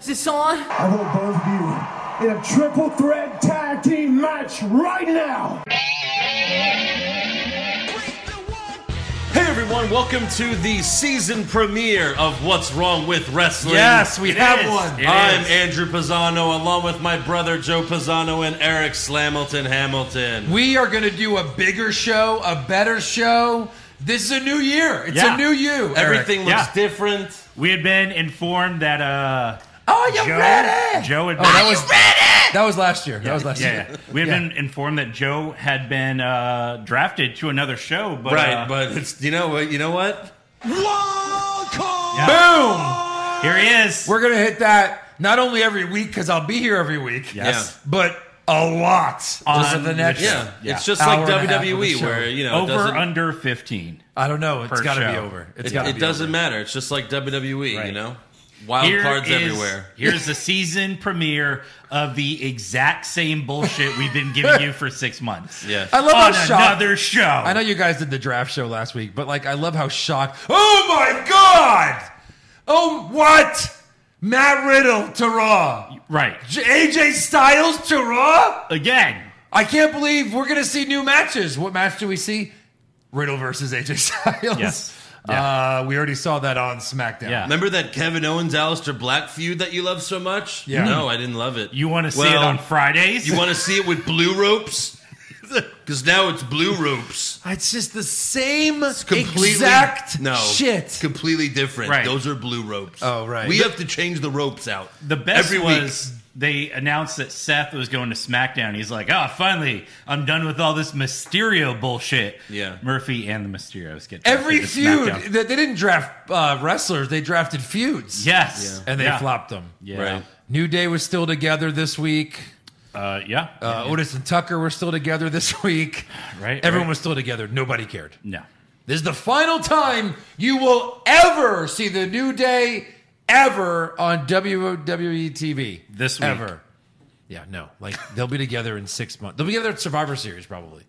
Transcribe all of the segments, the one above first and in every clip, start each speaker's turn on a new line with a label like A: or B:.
A: Is this on?
B: I want both of you in a triple threat tag team match right now.
C: Hey everyone, welcome to the season premiere of What's Wrong with Wrestling.
D: Yes, we have one. It
C: I'm
D: is.
C: Andrew Pisano along with my brother Joe Pisano and Eric Slamilton Hamilton.
D: We are going to do a bigger show, a better show. This is a new year. It's
E: Yeah.
D: a new you. Eric.
C: Everything looks
E: Yeah.
C: different.
E: We had been informed that uh,
D: Oh, you
E: Joe,
D: ready?
E: Joe had
D: Oh,
E: been,
D: that was that was last year. That was last
E: yeah,
D: year.
E: yeah. we had
D: Yeah.
E: been informed that Joe had been uh, drafted to another show, but
C: right,
E: uh,
C: but it's you know what you know what?
D: Boom.
E: here he is.
D: We're gonna hit that not only every week because I'll be here every week.
C: Yes.
D: But a lot
E: On
D: on the next.
E: the-
C: Yeah.
E: Yeah.
C: It's just
D: Hour
C: like
D: and a half of the
C: WWE
D: show.
C: where you know it
E: Over
C: doesn't,
E: under fifteen.
D: I don't know. It's
E: Per
D: got to be
E: show.
D: over. It's got to
C: it,
D: be
C: it doesn't
D: over.
C: matter. It's just like WWE, you
E: Right.
C: know? Wild
E: Here
C: cards
E: is-
C: everywhere.
E: Here's the season premiere of the exact same bullshit we've been giving you for six months.
C: Yes.
D: I love
E: on
D: how shocked.
E: another show.
D: I know you guys did the draft show last week, but like I love how shocked. Oh my god! Oh what? Matt Riddle to Raw.
E: Right
D: J- AJ Styles to Raw.
E: again.
D: I can't believe we're gonna see new matches. What match do we see? Riddle versus AJ Styles.
E: Yes.
D: Uh, we already saw that on SmackDown.
E: Yeah.
C: Remember that Kevin Owens Aleister Black feud that you love so much?
D: Yeah.
C: No, I didn't love it.
E: You want to see it
C: Well,
E: on Fridays?
C: You want to see it with blue ropes? Because now it's blue ropes.
D: It's just the same
C: Completely
D: exact
C: no
D: shit.
C: Completely different.
E: Right.
C: Those are blue ropes.
D: Oh, right.
C: We have to change the ropes out.
E: The best
C: every
E: was they announced that Seth was going to SmackDown. He's like, oh, finally, I'm done with all this Mysterio bullshit.
C: Yeah.
E: Murphy and the Mysterios get drafted
D: Every
E: to
D: feud
E: SmackDown.
D: that they didn't draft uh, wrestlers, they drafted feuds.
E: Yes.
D: and they
E: Yeah.
D: flopped them.
E: Yeah.
C: Right.
D: New Day was still together this week.
E: Uh, yeah.
D: Uh, Otis and Tucker were still together this week.
E: Right,
D: Everyone
E: right.
D: was still together. Nobody cared.
E: no.
D: This is the final time you will ever see the New Day ever on WWE TV.
E: This week.
D: Ever. Yeah, no. Like, they'll be together in six months. They'll be together at Survivor Series, probably.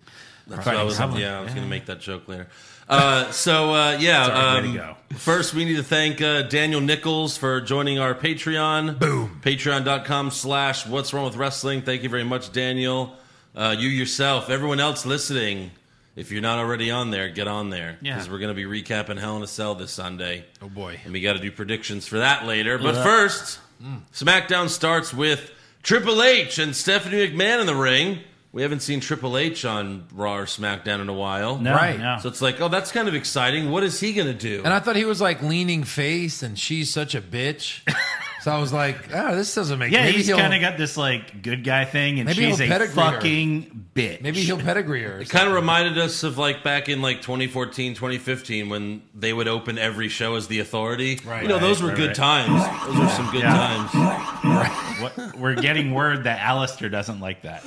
C: That's what I was, yeah, I was going to make that joke later. Uh, so uh, yeah,
E: Sorry, way to
C: um, first we need to thank uh, Daniel Nichols for joining our Patreon. Boom. Patreon.com slash What's Wrong with Wrestling. Thank you very much, Daniel. Uh, you yourself, everyone else listening, if you're not already on there, get on there
E: Yeah.
C: because we're going to be recapping Hell in a Cell this Sunday.
D: Oh, boy.
C: And we got to do predictions for that later. But first,
E: Hmm.
C: SmackDown starts with Triple H and Stephanie McMahon in the ring. We haven't seen Triple H on Raw or SmackDown in a while.
E: No.
D: Right.
E: No.
C: So it's like, oh, that's kind of exciting. What is he going to do?
D: And I thought he was like leaning face and she's such a bitch. so I was like, oh, this doesn't make
E: yeah,
D: maybe
E: he's
D: he'll-
E: kind of got this like good guy thing, and
D: Maybe
E: she's
D: he'll
E: a
D: pedigree her.
E: fucking bitch.
D: Maybe he'll pedigree her. or
C: it kind of reminded us of like back in like 2014, 2015 when they would open every show as the authority.
D: Right.
C: You know, those were
E: Right,
C: good
E: right,
C: times. Those were some good
E: Yeah.
C: times.
E: What, we're getting word that Alistair doesn't like that.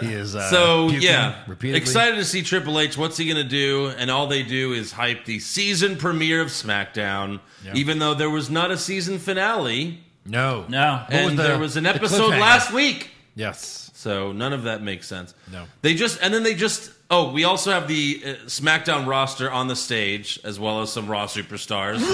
D: He is. Uh,
C: So
D: puking
C: yeah,
D: repeatedly.
C: excited to see Triple H. What's he going to do? And all they do is hype the season premiere of SmackDown, even though there was not a season finale,
D: No,
E: No.
D: What was
C: and
D: the-
C: there was an
D: the
C: episode
D: cliffhanger?
C: last week.
D: Yes,
C: So none of that makes sense.
D: No.
C: They just and then they just oh, we also have the uh, SmackDown roster on the stage as well as some Raw superstars.
E: yep.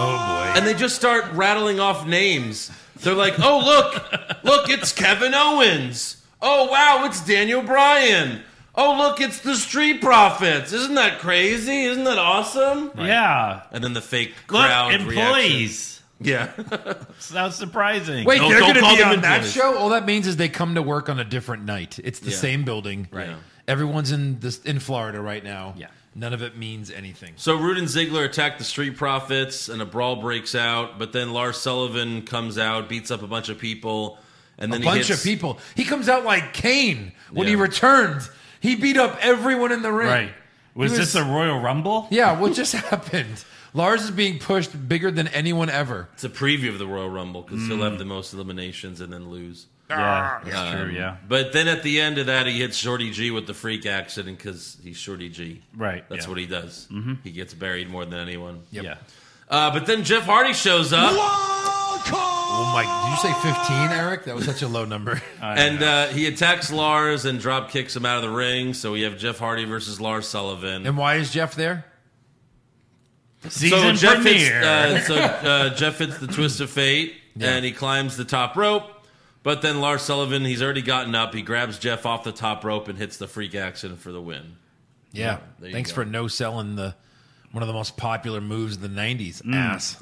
E: Oh
C: And they just start rattling off names. They're like, "Oh, look. Look, it's Kevin Owens. Oh, wow, it's Daniel Bryan. Oh, look, it's the Street Profits. Isn't that crazy? Isn't that awesome?"
E: Yeah.
C: And then the fake
E: Look,
C: crowd reaction.
E: employees.
C: Yeah.
E: It's not surprising.
D: wait,
C: No,
D: they're
C: don't
D: going to
C: call
D: be
C: them
D: on that
C: employees.
D: show. All that means is they come to work on a different night. It's the
C: Yeah.
D: same building.
C: Right. Yeah.
D: Everyone's in this in Florida right now.
E: Yeah.
D: None of it means anything.
C: So Rude and Ziggler attack the Street Profits, and a brawl breaks out. But then Lars Sullivan comes out, beats up a bunch of people, and then
D: a
C: he
D: bunch
C: hits,
D: of people. He comes out like Kane when he
C: Yeah.
D: returned. He beat up everyone in the ring.
E: Right. Was,
D: He
E: this a Royal Rumble?
D: Yeah. What just happened? Lars is being pushed bigger than anyone ever.
C: It's a preview of the Royal Rumble because he'll
D: Mm.
C: have the most eliminations and then lose. Ah,
E: Yeah, that's true. Yeah,
C: But then at the end of that, he hits Shorty G with the freak accident because he's Shorty G.
E: Right,
C: That's
E: yeah.
C: what he does. Mm-hmm. He gets buried more than anyone.
E: yeah.
C: Uh, but then Jeff Hardy shows up.
D: Oh my! Did you say fifteen, Eric? That was such a low number.
C: And uh, he attacks Lars and drop kicks him out of the ring. So we have Jeff Hardy versus Lars Sullivan.
D: and why is Jeff there?
E: Season
C: so Jeff hits,
E: premiere.
C: uh, so uh, Jeff hits the twist of fate, and he climbs the top rope. But then Lars Sullivan, he's already gotten up. He grabs Jeff off the top rope and hits the freak action for the win.
D: Yeah.
C: there you
D: Thanks
C: go.
D: for no selling the one of the most popular moves of the '90s. Ass.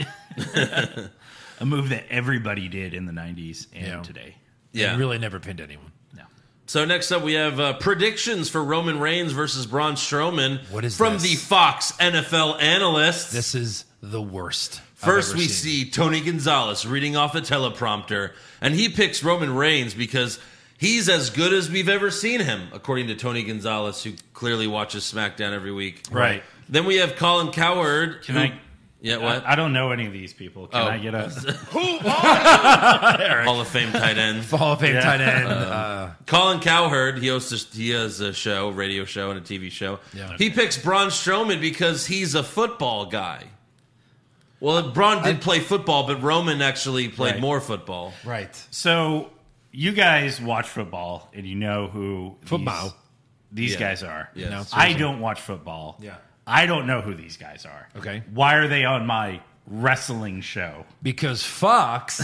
E: a move that everybody did in the 90s and
D: Yeah.
E: today.
C: Yeah.
D: It really never pinned anyone.
E: No.
C: So next up, we have uh, predictions for Roman Reigns versus Braun Strowman.
D: What is
C: from
D: this?
C: the Fox NFL analysts?
D: This is the worst. I've
C: First,
D: ever
C: we
D: seen.
C: see Tony Gonzalez reading off a teleprompter, and he picks Roman Reigns because he's as good as we've ever seen him, according to Tony Gonzalez, who clearly watches SmackDown every week.
E: Right.
C: Then we have Colin Cowherd.
E: Can
C: who-
E: I- uh,
C: Yeah, what?
E: I, I don't know any of these people. Can
C: Oh.
E: I get a
C: Hall of Fame tight end.
D: Hall of Fame
E: Yeah.
D: tight end. uh,
C: Colin Cowherd, he hosts a, he has a show, radio show, and a TV show.
D: Yeah.
C: He picks Braun Strowman because he's a football guy. Well, Braun did play football, but Roman actually played
E: Right.
C: more football.
D: right.
E: So you guys watch football and you know who these-
D: Football.
E: These,
C: Yeah.
E: guys are.
C: Yes.
D: No.
E: I don't watch football.
D: Yeah.
E: I don't know who these guys are.
D: Okay.
E: Why are they on my wrestling show?
D: Because Fox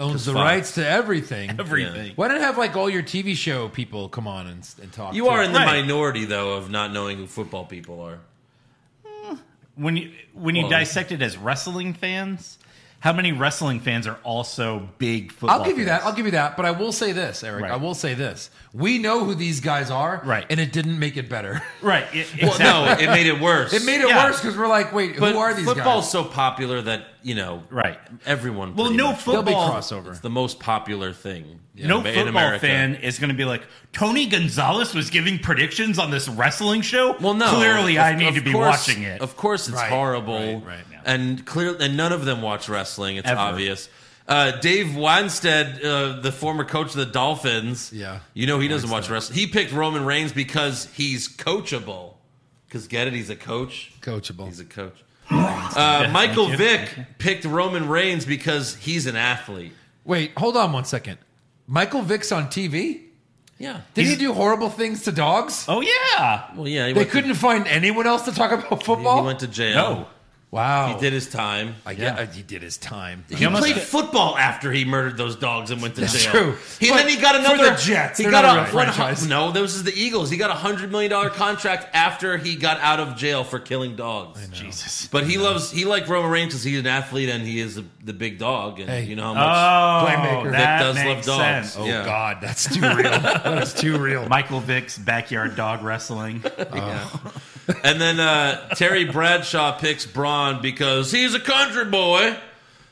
D: owns the
C: Fox.
D: rights to everything.
E: Everything.
D: Why don't have like all your TV show people come on and, and talk?
C: You
D: too?
C: are in the
E: Right.
C: minority, though, of not knowing who football people are.
E: When you when you
C: Well-
E: dissect it as wrestling fans, how many wrestling fans are also big football?
D: I'll give you
E: fans?
D: that. I'll give you that. But I will say this, Eric.
E: Right.
D: I will say this. We know who these guys are,
E: Right.
D: And it didn't make it better.
E: right. i-
C: Well,
E: exactly.
C: no, it made it worse.
D: It made it
E: Yeah.
D: worse because we're like, wait,
C: but
D: who are these
C: football's
D: guys?
C: so popular that you know,
E: Right.
C: Everyone.
E: Well,
C: pretty
E: no
C: much-
D: They'll be
E: football-
C: It's
D: crossover.
C: the most popular thing.
E: no
C: in
E: football
C: America.
E: fan is going to be like Tony Gonzalez was giving predictions on this wrestling show.
C: Well, no.
E: clearly I
C: Of-
E: need
C: of
E: to be
C: course-
E: watching it.
C: Of course, it's
D: Right,
C: horrible.
D: right, right.
E: Yeah.
C: And clear, and none of them watch wrestling. It's
E: Ever.
C: obvious. Uh, Dave Wanstead, uh, the former coach of the Dolphins,
D: Yeah.
C: you know he doesn't watch wrestling. He picked Roman Reigns because he's coachable. Because get it, he's a coach.
D: Coachable.
C: He's a coach. Uh, Michael Vick picked Roman Reigns because he's an athlete.
D: Wait, hold on one second. Michael Vick's on TV.
C: Yeah.
D: Did
E: He's-
D: he do horrible things to dogs?
E: oh yeah,
C: Well, yeah. He
D: They
C: went
D: couldn't find anyone else to talk about
C: To,
D: football.
C: he went to jail.
E: no,
D: wow,
C: He did his time.
D: I get, uh,
E: Yeah.
D: he did his time.
C: He
E: almost
C: played
E: got-
C: football after he murdered those dogs and went to
D: That's
C: jail.
D: true.
C: He
D: But
C: then he got
D: for
C: another
D: the Jets,
C: He
D: they're
C: got
D: not a
C: a
D: real
C: one,
D: franchise.
C: No, this is the Eagles. He got a hundred million dollar contract after he got out of jail for killing dogs.
E: Jesus.
C: But he loves he liked Roman Reigns because he's an athlete and he is a, the big dog and
D: Hey. Uh,
C: you
E: Oh,
C: know how much.
D: Playmaker.
E: that
C: Vic does
E: makes
C: love dogs.
E: sense.
D: Oh
C: Yeah.
D: God, that's too real. that's too real.
E: Michael Vick's backyard dog wrestling.
C: And then uh, Terry Bradshaw picks Braun because he's a country boy.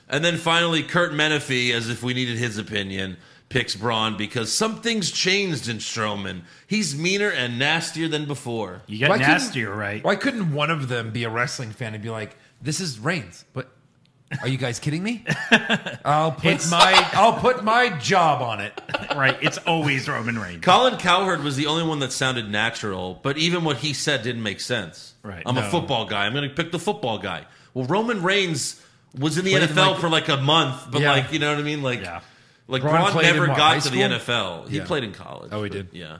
C: And then finally Kurt Menefee, as if we needed his opinion, picks Braun because something's changed in Strowman. He's meaner and nastier than before.
E: You got
D: couldn't-
E: nastier, right?
D: Why couldn't one of them be a wrestling fan and be like, "This is Reigns"? But are you guys kidding me? I'll put
E: It's-
D: my I'll put my job on it.
E: right. It's always Roman Reigns.
C: Colin Cowherd was the only one that sounded natural, but even what he said didn't make sense.
E: Right.
C: I'm a
E: No.
C: football guy. I'm going to pick the football guy. Well, Roman Reigns was in the
D: Played in,
C: NFL
D: like-
C: for like a month, but
D: Yeah.
C: like, you know what I mean? Like,
E: Yeah.
C: like
D: Braun
C: Braun,
D: played in
C: never
D: what, high
C: got to the
D: school?
C: NFL. He
D: Yeah.
C: played in college.
D: Oh, he
C: but-
D: did?
C: Yeah.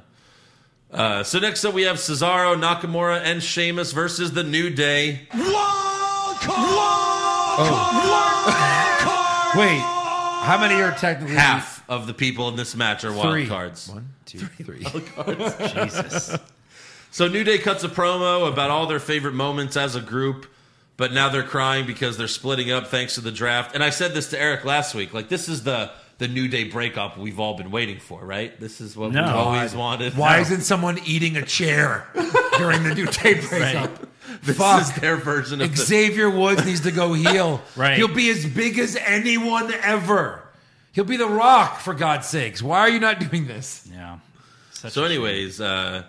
C: Uh, so next up, we have Cesaro, Nakamura, and Sheamus versus The New Day.
D: Wait, how many are technically
C: Half of the people in this match are wild
D: Three
C: cards.
D: One, two, three.
E: Jesus.
C: So New Day cuts a promo about all their favorite moments as a group, but now they're crying because they're splitting up thanks to the draft. And I said this to Eric last week. Like this is the the New Day breakup we've all been waiting for, right? This is what
E: No.
C: we've always wanted.
D: Why isn't someone eating a chair during the new tape breakup?
C: this
D: Fuck.
C: is their version of the
D: Xavier Woods needs to go heel.
E: Right.
D: He'll be as big as anyone ever. He'll be the rock, for God's sakes. Why are you not doing this?
E: Yeah. Such
C: So,
E: a shame.
C: anyways, uh,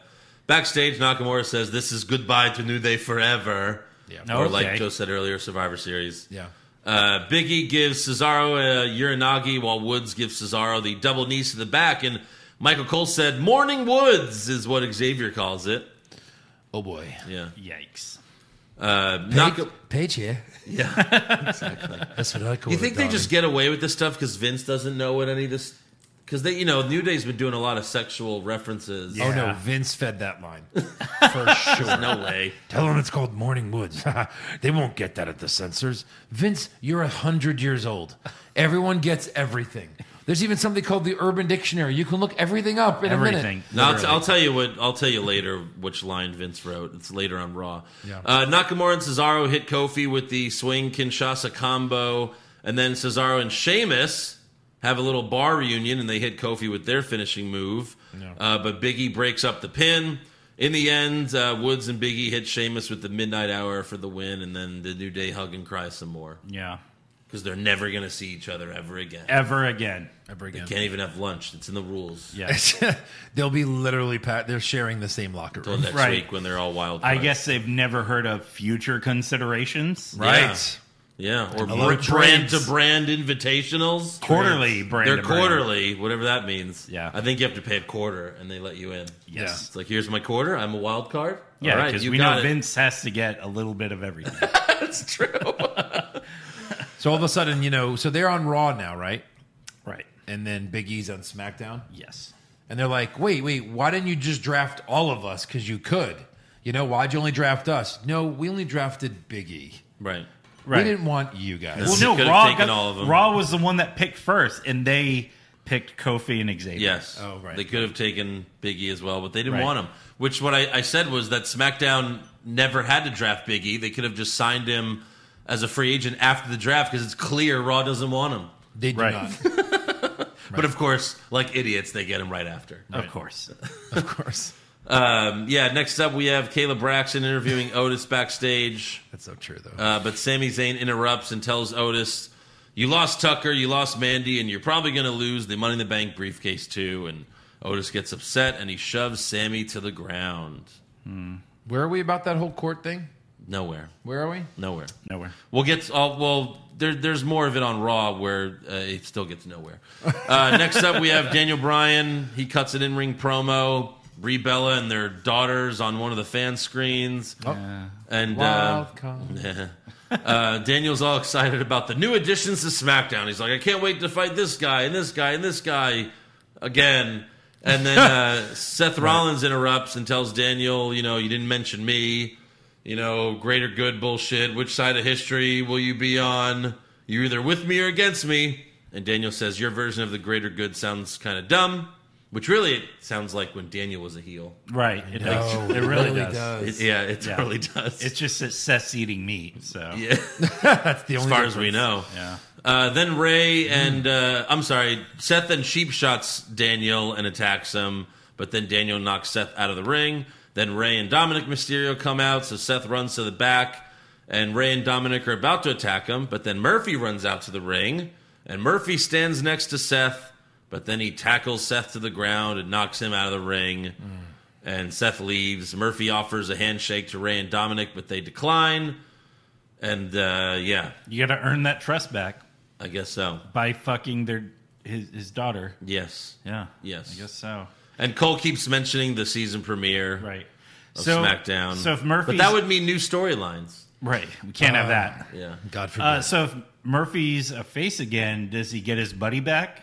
C: backstage, Nakamura says, "This is goodbye to New Day forever."
D: Yeah.
C: Or like
E: Oh, Okay.
C: Joe said earlier, Survivor Series.
D: Yeah.
C: Uh, Biggie gives Cesaro a Uranagi, while Woods gives Cesaro the double knees to the back. And Michael Cole said, "Morning Woods" is what Xavier calls it.
D: Oh boy.
C: Yeah.
E: Yikes.
C: Uh,
D: Page,
C: Naka-
D: Paige here.
C: yeah.
D: That's what I call
C: you think they just get away with this stuff because Vince doesn't know what any of this because they, you know, New Day's been doing a lot of sexual references.
D: Oh no,
E: Yeah.
D: Vince fed that line for sure.
C: No way.
D: Tell them it's called Morning Woods. they won't get that at the censors. Vince, you're a hundred years old. Everyone gets everything. There's even something called the Urban Dictionary. You can look everything up in a
E: Everything.
D: minute.
C: No, I'll, t-
E: literally.
C: I'll tell you what. I'll tell you later which line Vince wrote. It's later on Raw.
D: Yeah.
C: Uh, Nakamura and Cesaro hit Kofi with the swing Kinshasa combo, and then Cesaro and Sheamus have a little bar reunion, and they hit Kofi with their finishing move. Uh, but Biggie breaks up the pin. In the end, uh, Woods and Biggie hit Sheamus with the Midnight Hour for the win, and then the New Day hug and cry some more
E: yeah.
C: because they're never going to see each other ever again.
E: Ever again.
D: Ever again.
C: Can't even have lunch. It's in the rules.
E: Yeah.
D: They'll be literally pat. They're sharing the same locker
C: Till
D: room.
C: next
E: Right.
C: week when they're all wild.
E: I
C: cards.
E: guess they've never heard of future considerations.
D: Right.
C: Yeah, or
D: lot of
C: brand to
D: trades.
C: brand invitationals.
E: Quarterly brand.
C: They're
E: to brand.
C: quarterly, whatever that means.
E: Yeah.
C: I think you have to pay a quarter, and they let you in.
E: Yes.
C: It's like here's my quarter. I'm a wild card. All
E: Yeah,
C: right,
E: because
C: you
E: we
C: got
E: know
C: it.
E: Vince has to get a little bit of everything.
C: That's true.
D: So all of a sudden, you know, so they're on Raw now, right?
E: right.
D: And then Big E's on SmackDown.
E: Yes.
D: And they're like, wait, wait, why didn't you just draft all of us? Because you could. You know, why'd you only draft us? No, we only drafted Biggie.
C: right.
E: Right.
D: We didn't want you guys.
C: Well,
E: Well,
C: You
E: no,
C: could've
E: Raw,
C: taken
E: got-
C: all of 'em.
E: Raw was the one that picked first, and they picked Kofi and Xavier.
C: Yes.
D: Oh, right.
C: They could have taken Biggie as well, but they didn't
E: Right.
C: want him. Which what I, I said was that SmackDown never had to draft Biggie. They could have just signed him as a free agent after the draft because it's clear Raw doesn't want him.
D: They do
E: Right.
D: not.
C: But of course, like idiots, they get him right after.
E: Of course.
D: of course.
C: Um, yeah, next up we have Caleb Braxton interviewing Otis backstage,
D: That's so true, though.
C: uh, but Sami Zayn interrupts and tells Otis, "You lost Tucker, you lost Mandy, and you're probably going to lose the Money in the Bank briefcase too." And Otis gets upset and he shoves Sammy to the ground.
D: Where are we about that whole court thing?
C: Nowhere,
D: Where are we?
C: nowhere.
E: Nowhere.
C: We'll get. Oh, well, there, there's more of it on Raw where uh, it still gets nowhere. Uh, next up, we have Daniel Bryan. He cuts an in-ring promo. Brie Bella and their daughters on one of the fan screens. And uh,
D: Wild card.
C: uh, Daniel's all excited about the new additions to SmackDown. He's like, I can't wait to fight this guy and this guy and this guy again. And then uh, Seth Rollins interrupts and tells Daniel, you know, you didn't mention me. You know, greater good bullshit. Which side of history will you be on? You're either with me or against me. And Daniel says, Your version of the greater good sounds kind of dumb, which really it sounds like when Daniel was a heel.
E: Right. It,
D: Oh,
E: does. Oh, it really does.
C: It- yeah, it totally does.
E: It's just that Seth's eating meat. So, yeah.
C: yeah,
D: That's the
C: as
D: only
C: far as we know. Uh, then Ray and uh, I'm sorry, Seth and Sheep shots Daniel and attacks him, but then Daniel knocks Seth out of the ring. Then Ray and Dominic Mysterio come out, so Seth runs to the back, and Ray and Dominic are about to attack him, but then Murphy runs out to the ring, and Murphy stands next to Seth, but then he tackles Seth to the ground and knocks him out of the ring. And Seth leaves. Murphy offers a handshake to Ray and Dominic, but they decline. And uh, yeah,
E: You got to earn that trust back
C: I guess so.
E: by fucking their his, his daughter.
C: Yes.
E: Yeah.
C: Yes.
E: I guess so.
C: And Cole keeps mentioning the season premiere
E: Right.
C: of
E: so
C: SmackDown.
E: So if Murphy,
C: but that would mean new storylines.
E: right. We can't have
D: Uh,
E: that.
C: Yeah,
D: God forbid.
E: Uh, so if Murphy's a face again, does he get his buddy back?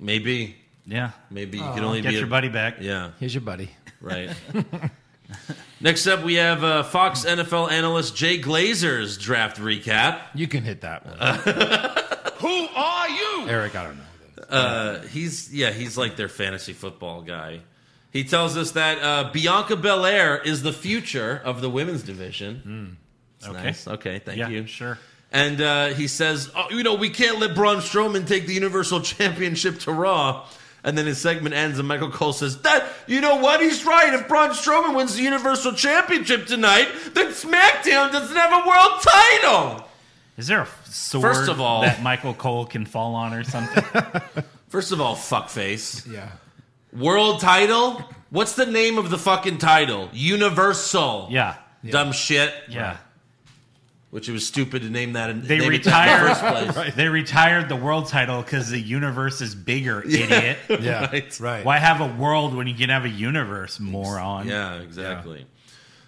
C: maybe,
E: Yeah.
C: maybe you can only
E: Oh, Get
C: be
E: your
C: a,
E: buddy back.
C: Yeah,
D: Here's your buddy.
C: right. Next up, we have uh, Fox NFL analyst Jay Glazer's draft recap.
D: You can hit that one.
C: Uh,
B: Who are you?
D: Eric, I don't know. who that is.
C: Uh, he's yeah, he's like their fantasy football guy. He tells us that uh, Bianca Belair is the future of the women's division. It's
E: Mm, Okay.
C: nice. Okay, thank
E: yeah.
C: you.
E: Sure.
C: And uh, he says, oh, you know, we can't let Braun Strowman take the Universal Championship to Raw. And then his segment ends, and Michael Cole says, "That you know what? He's right. If Braun Strowman wins the Universal Championship tonight, then SmackDown doesn't have a world title."
E: Is there a f- sword
C: First of all-
E: that Michael Cole can fall on or something?
C: First of all, fuckface.
D: yeah.
C: World title? What's the name of the fucking title? Universal.
E: yeah.
C: Dumb shit.
E: Yeah.
C: Which it was stupid to name that. In,
E: They
C: name it that in the
E: retire-
C: first place.
E: They retired the world title because the universe is bigger, idiot.
D: Yeah.
C: Right.
D: Right.
E: Why have a world when you can have a universe, moron?
C: Yeah, exactly.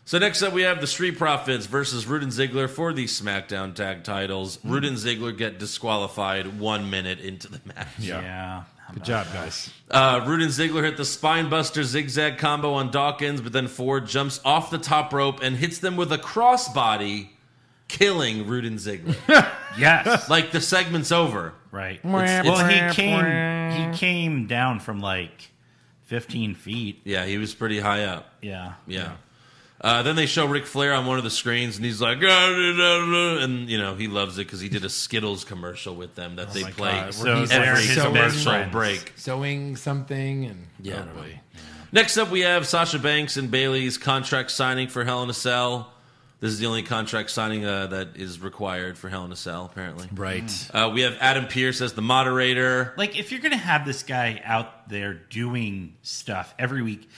C: So next up, we have the Street Profits versus Rude and Ziggler for the SmackDown Tag Titles. Rude and Ziggler get disqualified one minute into the match.
E: Yeah.
A: Good job, guys.
C: Uh, Rude and Ziggler hit the spine buster zigzag combo on Dawkins, but then Ford jumps off the top rope and hits them with a crossbody, killing Rude and Ziggler.
E: Yes.
C: like the segment's over.
E: right.
A: It's-
E: well,
A: it's-
E: he came. He came down from like 15 feet.
C: Yeah, he was pretty high up.
E: Yeah.
C: Yeah. Uh, then they show Ric Flair on one of the screens, and he's like, "Ah, da, da, da," and you know he loves it because he did a Skittles commercial with them
E: Oh
C: that they play
D: God,
E: So
D: He's
E: they're
D: like
E: his
D: so
E: best
D: much-
C: commercial
E: friends.
C: break.
D: Sewing something and
C: Yeah.
D: Oh, boy.
C: Next up, we have Sasha Banks and Bailey's contract signing for Hell in a Cell. This is the only contract signing uh, that is required for Hell in a Cell, apparently.
D: right.
C: Uh, we have Adam Pierce as the moderator.
E: Like, if you're going to have this guy out there doing stuff every week,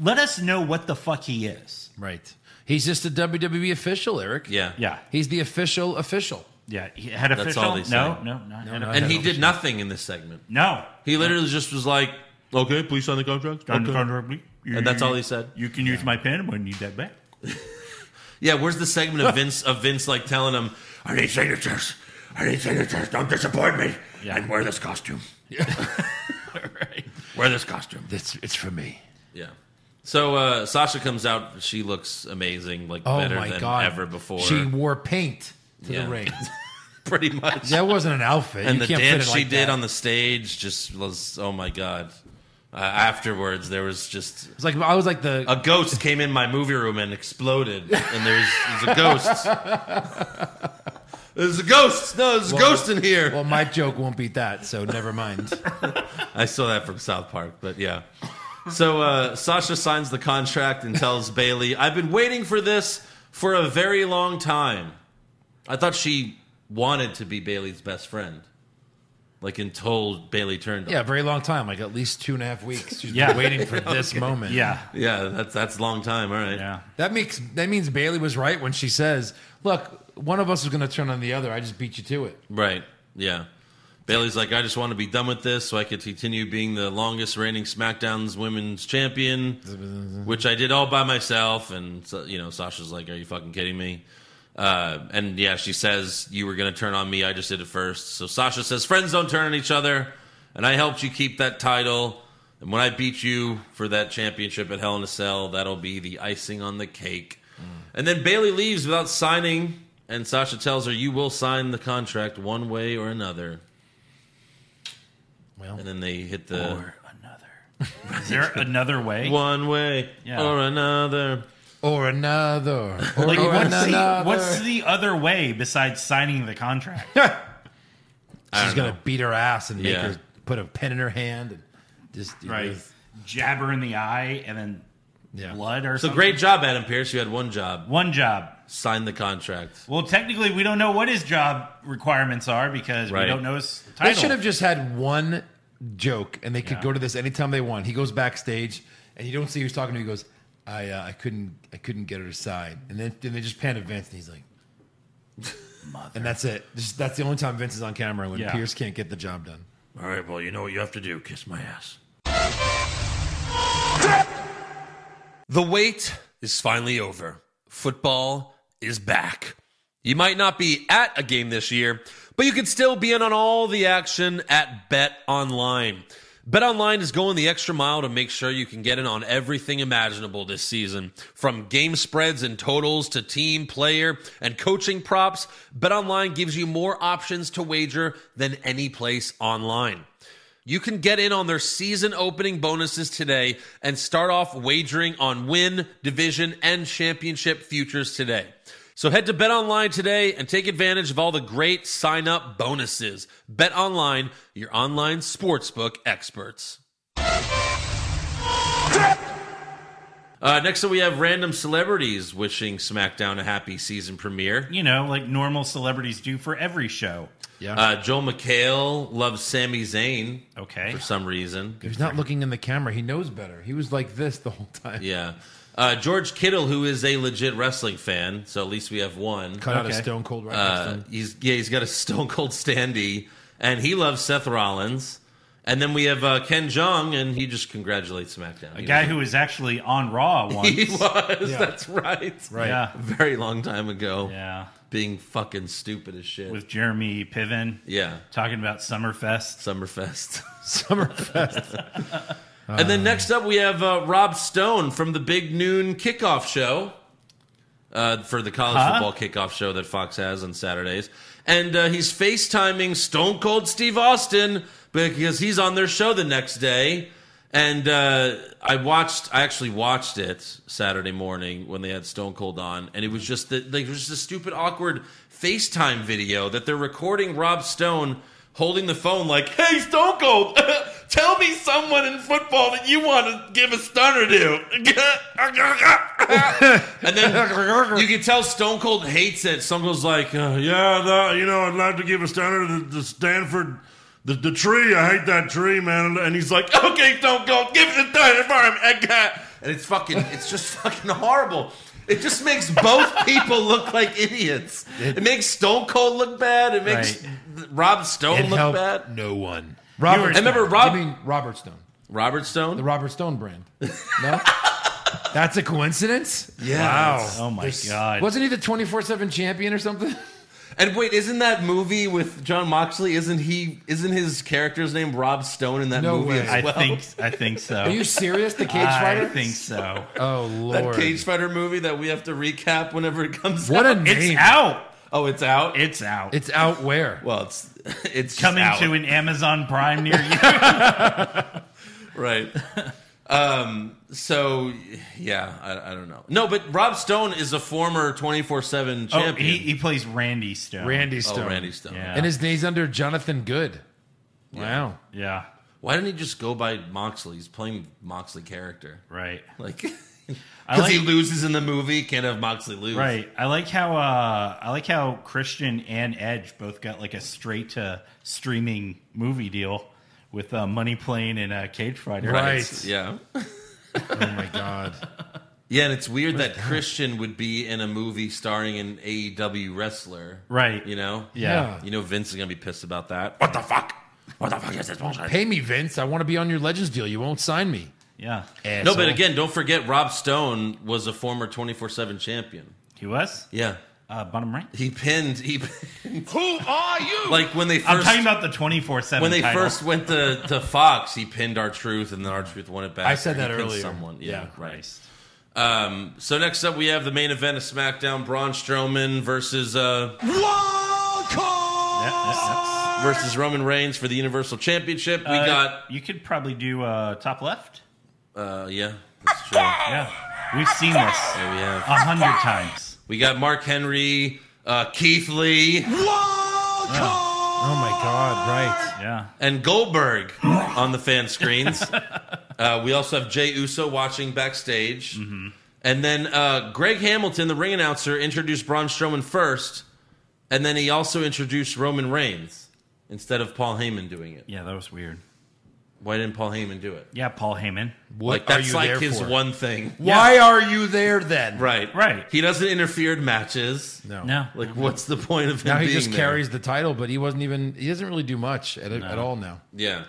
E: let us know what the fuck he is.
D: Right. He's just a WWE official, Eric.
C: Yeah,
E: Yeah.
D: He's the official official.
E: Yeah. He had official.
C: all they say.
E: No, no, not no,
C: And he did nothing in this segment.
E: no.
C: He literally just was like, "Okay, please sign the contract."
E: Under
C: Okay.
E: contract, you-
C: And that's all he said.
E: You can use my pen when you need that back.
C: Yeah, where's the segment of Vince of Vince like telling him,
F: I need signatures. I need signatures. Don't disappoint me.
E: Yeah.
F: And wear this costume. Wear this costume.
D: It's, it's for me.
C: "Yeah." So uh, Sasha comes out. She looks amazing, like
D: Oh
C: better
D: my
C: than
D: god!
C: ever before.
D: she wore paint to
C: Yeah.
D: the ring.
C: pretty much.
D: That wasn't an outfit.
C: and
D: you
C: the
D: can't fit
C: dance
D: it like
C: she did
D: that.
C: on the stage just was oh my god uh, afterwards there was just
D: It's like I was like the
C: a ghost came in my movie room and exploded and there's, there's a ghost there's a ghost no there's a ghost in here
D: well, my joke won't beat that, so never mind.
C: i saw that from south park but yeah so uh, sasha signs the contract and tells bailey i've been waiting for this for a very long time i thought she wanted to be bailey's best friend like until bailey turned on
D: yeah, very long time, like at least two and a half weeks. She's
E: Yeah.
D: been waiting for this moment.
E: Yeah.
C: Yeah, that's that's a long time. All right.
E: Yeah.
D: that makes that means Bailey was right when she says, "Look, one of us is going to turn on the other. I just beat you to it."
C: Right. Yeah. Bailey's like, I just want to be done with this so I could continue being the longest reigning SmackDown's women's champion, which I did all by myself. And so, you know, Sasha's like, Are you fucking kidding me? Uh, and yeah, she says you were gonna turn on me. I just did it first. So Sasha says, "Friends don't turn on each other," and I helped you keep that title. And when I beat you for that championship at Hell in a Cell, that'll be the icing on the cake. And then Bailey leaves without signing, and Sasha tells her, "You will sign the contract one way or another."
D: Well.
C: and then they hit the
E: Or another. Is there another way?
C: one way
E: Yeah.
C: or another.
D: Or another. Or,
E: Like,
D: or
E: what's, the,
D: another.
E: what's the other way besides signing the contract?
D: She's going to beat her ass and make
C: Yeah.
D: her put a pen in her hand and just you know, it's-
E: Jab her in the eye and then
D: Yeah.
E: blood or
C: So
E: something.
C: great job, Adam Pierce. You had one job:
E: One job.
C: sign the contract.
E: Well, technically, we don't know what his job requirements are because
C: Right.
E: we don't know his
D: They
E: title.
D: should have just had one joke, and they could
E: Yeah.
D: go to this anytime they want. He goes backstage, and you don't see who's talking to. Him. He goes, "I, uh, I couldn't, I couldn't get her to sign." And then, then they just pan to Vince, and he's like, "And that's it. Just, that's the only time Vince is on camera when
E: Yeah.
D: Pierce can't get the job done."
F: All right, well, you know what you have to do. Kiss my ass.
C: The wait is finally over. Football is back. You might not be at a game this year, but you can still be in on all the action at Bet Online. Bet Online is going the extra mile to make sure you can get in on everything imaginable this season. From game spreads and totals to team, player, and coaching props, Bet Online gives you more options to wager than any place online. You can get in on their season opening bonuses today and start off wagering on win, division, and championship futures today. So head to BetOnline today and take advantage of all the great sign up bonuses. BetOnline, your online sportsbook experts. Uh, next up, we have random celebrities wishing SmackDown a happy season premiere.
E: you know, like normal celebrities do for every show.
D: Yeah,
C: Uh, Joel McHale loves Sami Zayn
E: Okay.
C: for some reason.
D: he's not looking in the camera. He knows better. He was like this the whole time.
C: Yeah. Uh, George Kittle, who is a legit wrestling fan, so at least we have one.
D: Cut out a
E: Okay.
D: Stone Cold right
C: Uh, he's yeah, he's got a Stone Cold standee, and he loves Seth Rollins. And then we have uh, Ken Jong, and he just congratulates SmackDown.
E: A guy who was actually on Raw once.
C: he was. That's right.
D: Right.
E: Yeah.
C: A very long time ago.
E: Yeah.
C: Being fucking stupid as shit.
E: With Jeremy Piven
C: yeah.
E: talking about Summerfest.
C: Summerfest.
D: Summerfest.
C: and then next up, we have uh, Rob Stone from the Big Noon Kickoff Show uh, for the college
E: Huh?
C: football kickoff show that Fox has on Saturdays. And uh, he's FaceTiming Stone Cold Steve Austin because he's on their show the next day. And uh, I watched, I actually watched it Saturday morning when they had Stone Cold on. And it was just the, like, it was just a stupid, awkward FaceTime video that they're recording Rob Stone holding the phone like, hey, Stone Cold, tell me someone in football that you want to give a stunner to. and then you can tell Stone Cold hates it. Stone Cold's like, uh,
G: Yeah, the, you know, I'd like to give a standard to the Stanford, the, the tree. I hate that tree, man. And he's like,
C: okay, Stone Cold, give it a third for him. And, uh, And it's fucking, it's just fucking horrible. It just makes both people look like idiots. It, makes Stone Cold look bad. It makes Rob Stone
D: It
C: look
D: helped
C: bad.
D: no one.
E: were-
D: Robert
E: I
C: remember
D: Stone.
C: Rob-
D: You mean Robert Stone.
C: Robert Stone?
D: The Robert Stone brand. No? That's a coincidence?
C: yeah.
E: Oh my god.
D: Wasn't he the 24 7 champion or something?
C: And wait, isn't that movie with John Moxley? Isn't he? Isn't his character's name Rob Stone in that
D: No
C: movie
D: way.
C: as
E: I
C: well?
E: think I think so.
D: Are you serious? The Cage Fighter?
E: I think so.
D: Oh,
C: that
D: Lord.
C: Cage Fighter movie that we have to recap whenever it comes
D: what a
C: out.
D: name.
E: It's out.
C: oh, it's out.
E: It's out.
D: It's out where?
C: well, it's it's just
E: coming
C: out.
E: to an Amazon Prime near you.
C: right. Um, so yeah, I, I don't know. No, but Rob Stone is a former twenty four seven
E: oh,
C: champion.
E: he, he plays Randy Stone.
D: Randy Stone.
C: Oh, Randy Stone.
E: Yeah.
D: And his days under Jonathan Good. Wow.
E: yeah.
C: Why didn't he just go by Moxley? He's playing Moxley character.
E: Right.
C: Like, because
E: I like
C: he loses in the movie, can't have Moxley lose.
E: Right. I like how uh I like how Christian and Edge both got like a straight to streaming movie deal with uh, Money Plane and uh, Cage Fighter.
D: Right.
C: Yeah.
D: Oh, my God.
C: Yeah, and it's weird that Christian would be in a movie starring an AEW wrestler.
E: Right.
C: You know?
E: Yeah.
C: You know Vince is gonna be pissed about that.
F: What the fuck? What the fuck is this bullshit?
D: Pay me, Vince. I want to be on your Legends deal. You won't sign me.
E: Yeah.
C: No,
D: Asshole.
C: but again, don't forget Rob Stone was a former twenty four seven champion.
E: He was
C: Yeah.
E: uh, bottom right.
C: He pinned he pinned-
F: Who are you?
C: like when they 1st
E: I'm talking about the 24 seven.
C: when they first went to, to Fox, he pinned our truth and then our truth won it back.
D: I said
C: Or he
D: that
C: pinned
D: earlier.
C: Someone. Yeah,
D: Yeah.
C: right. Um, so next up we have the main event of SmackDown, Braun Strowman versus uh versus Roman Reigns for the Universal Championship. We got
E: Uh, You could probably do uh, top left.
C: Uh, yeah, that's true. Yeah,
E: Yeah. We've seen this
C: we have.
E: a hundred times.
C: We got Mark Henry, uh, Keith Lee,
D: Oh, my God. Right.
E: Yeah.
C: and Goldberg on the fan screens. uh, we also have Jay Uso watching backstage.
D: Mm-hmm.
C: And then uh, Greg Hamilton, the ring announcer, introduced Braun Strowman first, and then he also introduced Roman Reigns instead of Paul Heyman doing it.
E: Yeah, that was weird.
C: Why didn't Paul Heyman do it?
E: Yeah, Paul Heyman.
D: What
C: like
D: are
C: that's
D: you
C: like
D: there
C: his
D: for?
C: one thing.
D: Why are you there then?
C: Right,
E: Right.
C: He doesn't interfere in matches.
D: No.
E: No.
C: Like, what's the point of him
D: Now he
C: being
D: just
C: there?
D: carries the title, but he wasn't even. He doesn't really do much at, at all now.
C: Yeah.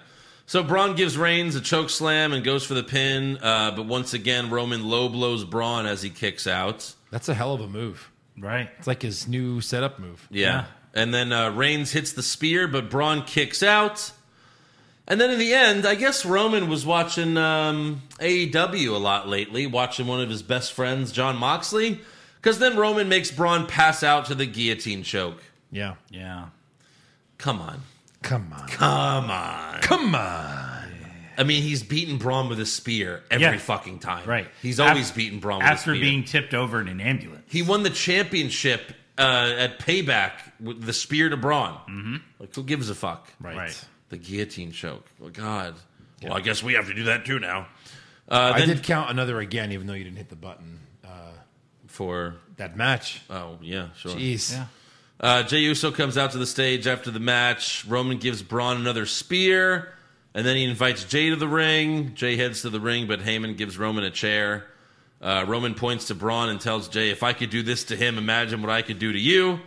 C: So Braun gives Reigns a choke slam and goes for the pin, uh, but once again Roman low blows Braun as he kicks out.
D: That's a hell of a move.
E: Right.
D: It's like his new setup move.
C: Yeah. And then uh, Reigns hits the spear, but Braun kicks out. And then in the end, I guess Roman was watching um, AEW a lot lately, watching one of his best friends, John Moxley, because then Roman makes Braun pass out to the guillotine choke.
D: Yeah.
E: Yeah.
C: Come on.
D: Come on.
C: Come on.
D: Come on.
C: I mean, he's beaten Braun with a spear every
E: Yeah.
C: fucking time.
E: Right.
C: He's always
E: Af-
C: beaten Braun with a
E: After
C: spear.
E: being tipped over in an ambulance.
C: He won the championship uh, at Payback with the spear to Braun. Mm-hmm. Like, who gives a fuck?
D: Right.
E: Right.
C: The guillotine choke. Oh, God. Well, I guess.
F: guess we have to do that too now.
C: Uh,
D: I
C: then
D: did count another again, even though you didn't hit the button. Uh,
C: for.
D: That match.
C: Oh, yeah, sure.
D: Jeez.
E: Yeah.
C: Uh, Jey Uso comes out to the stage after the match. Roman gives Braun another spear, and then he invites Jay to the ring. Jay heads to the ring, but Heyman gives Roman a chair. Uh, Roman points to Braun and tells Jay, "If I could do this to him, imagine what I could do to you."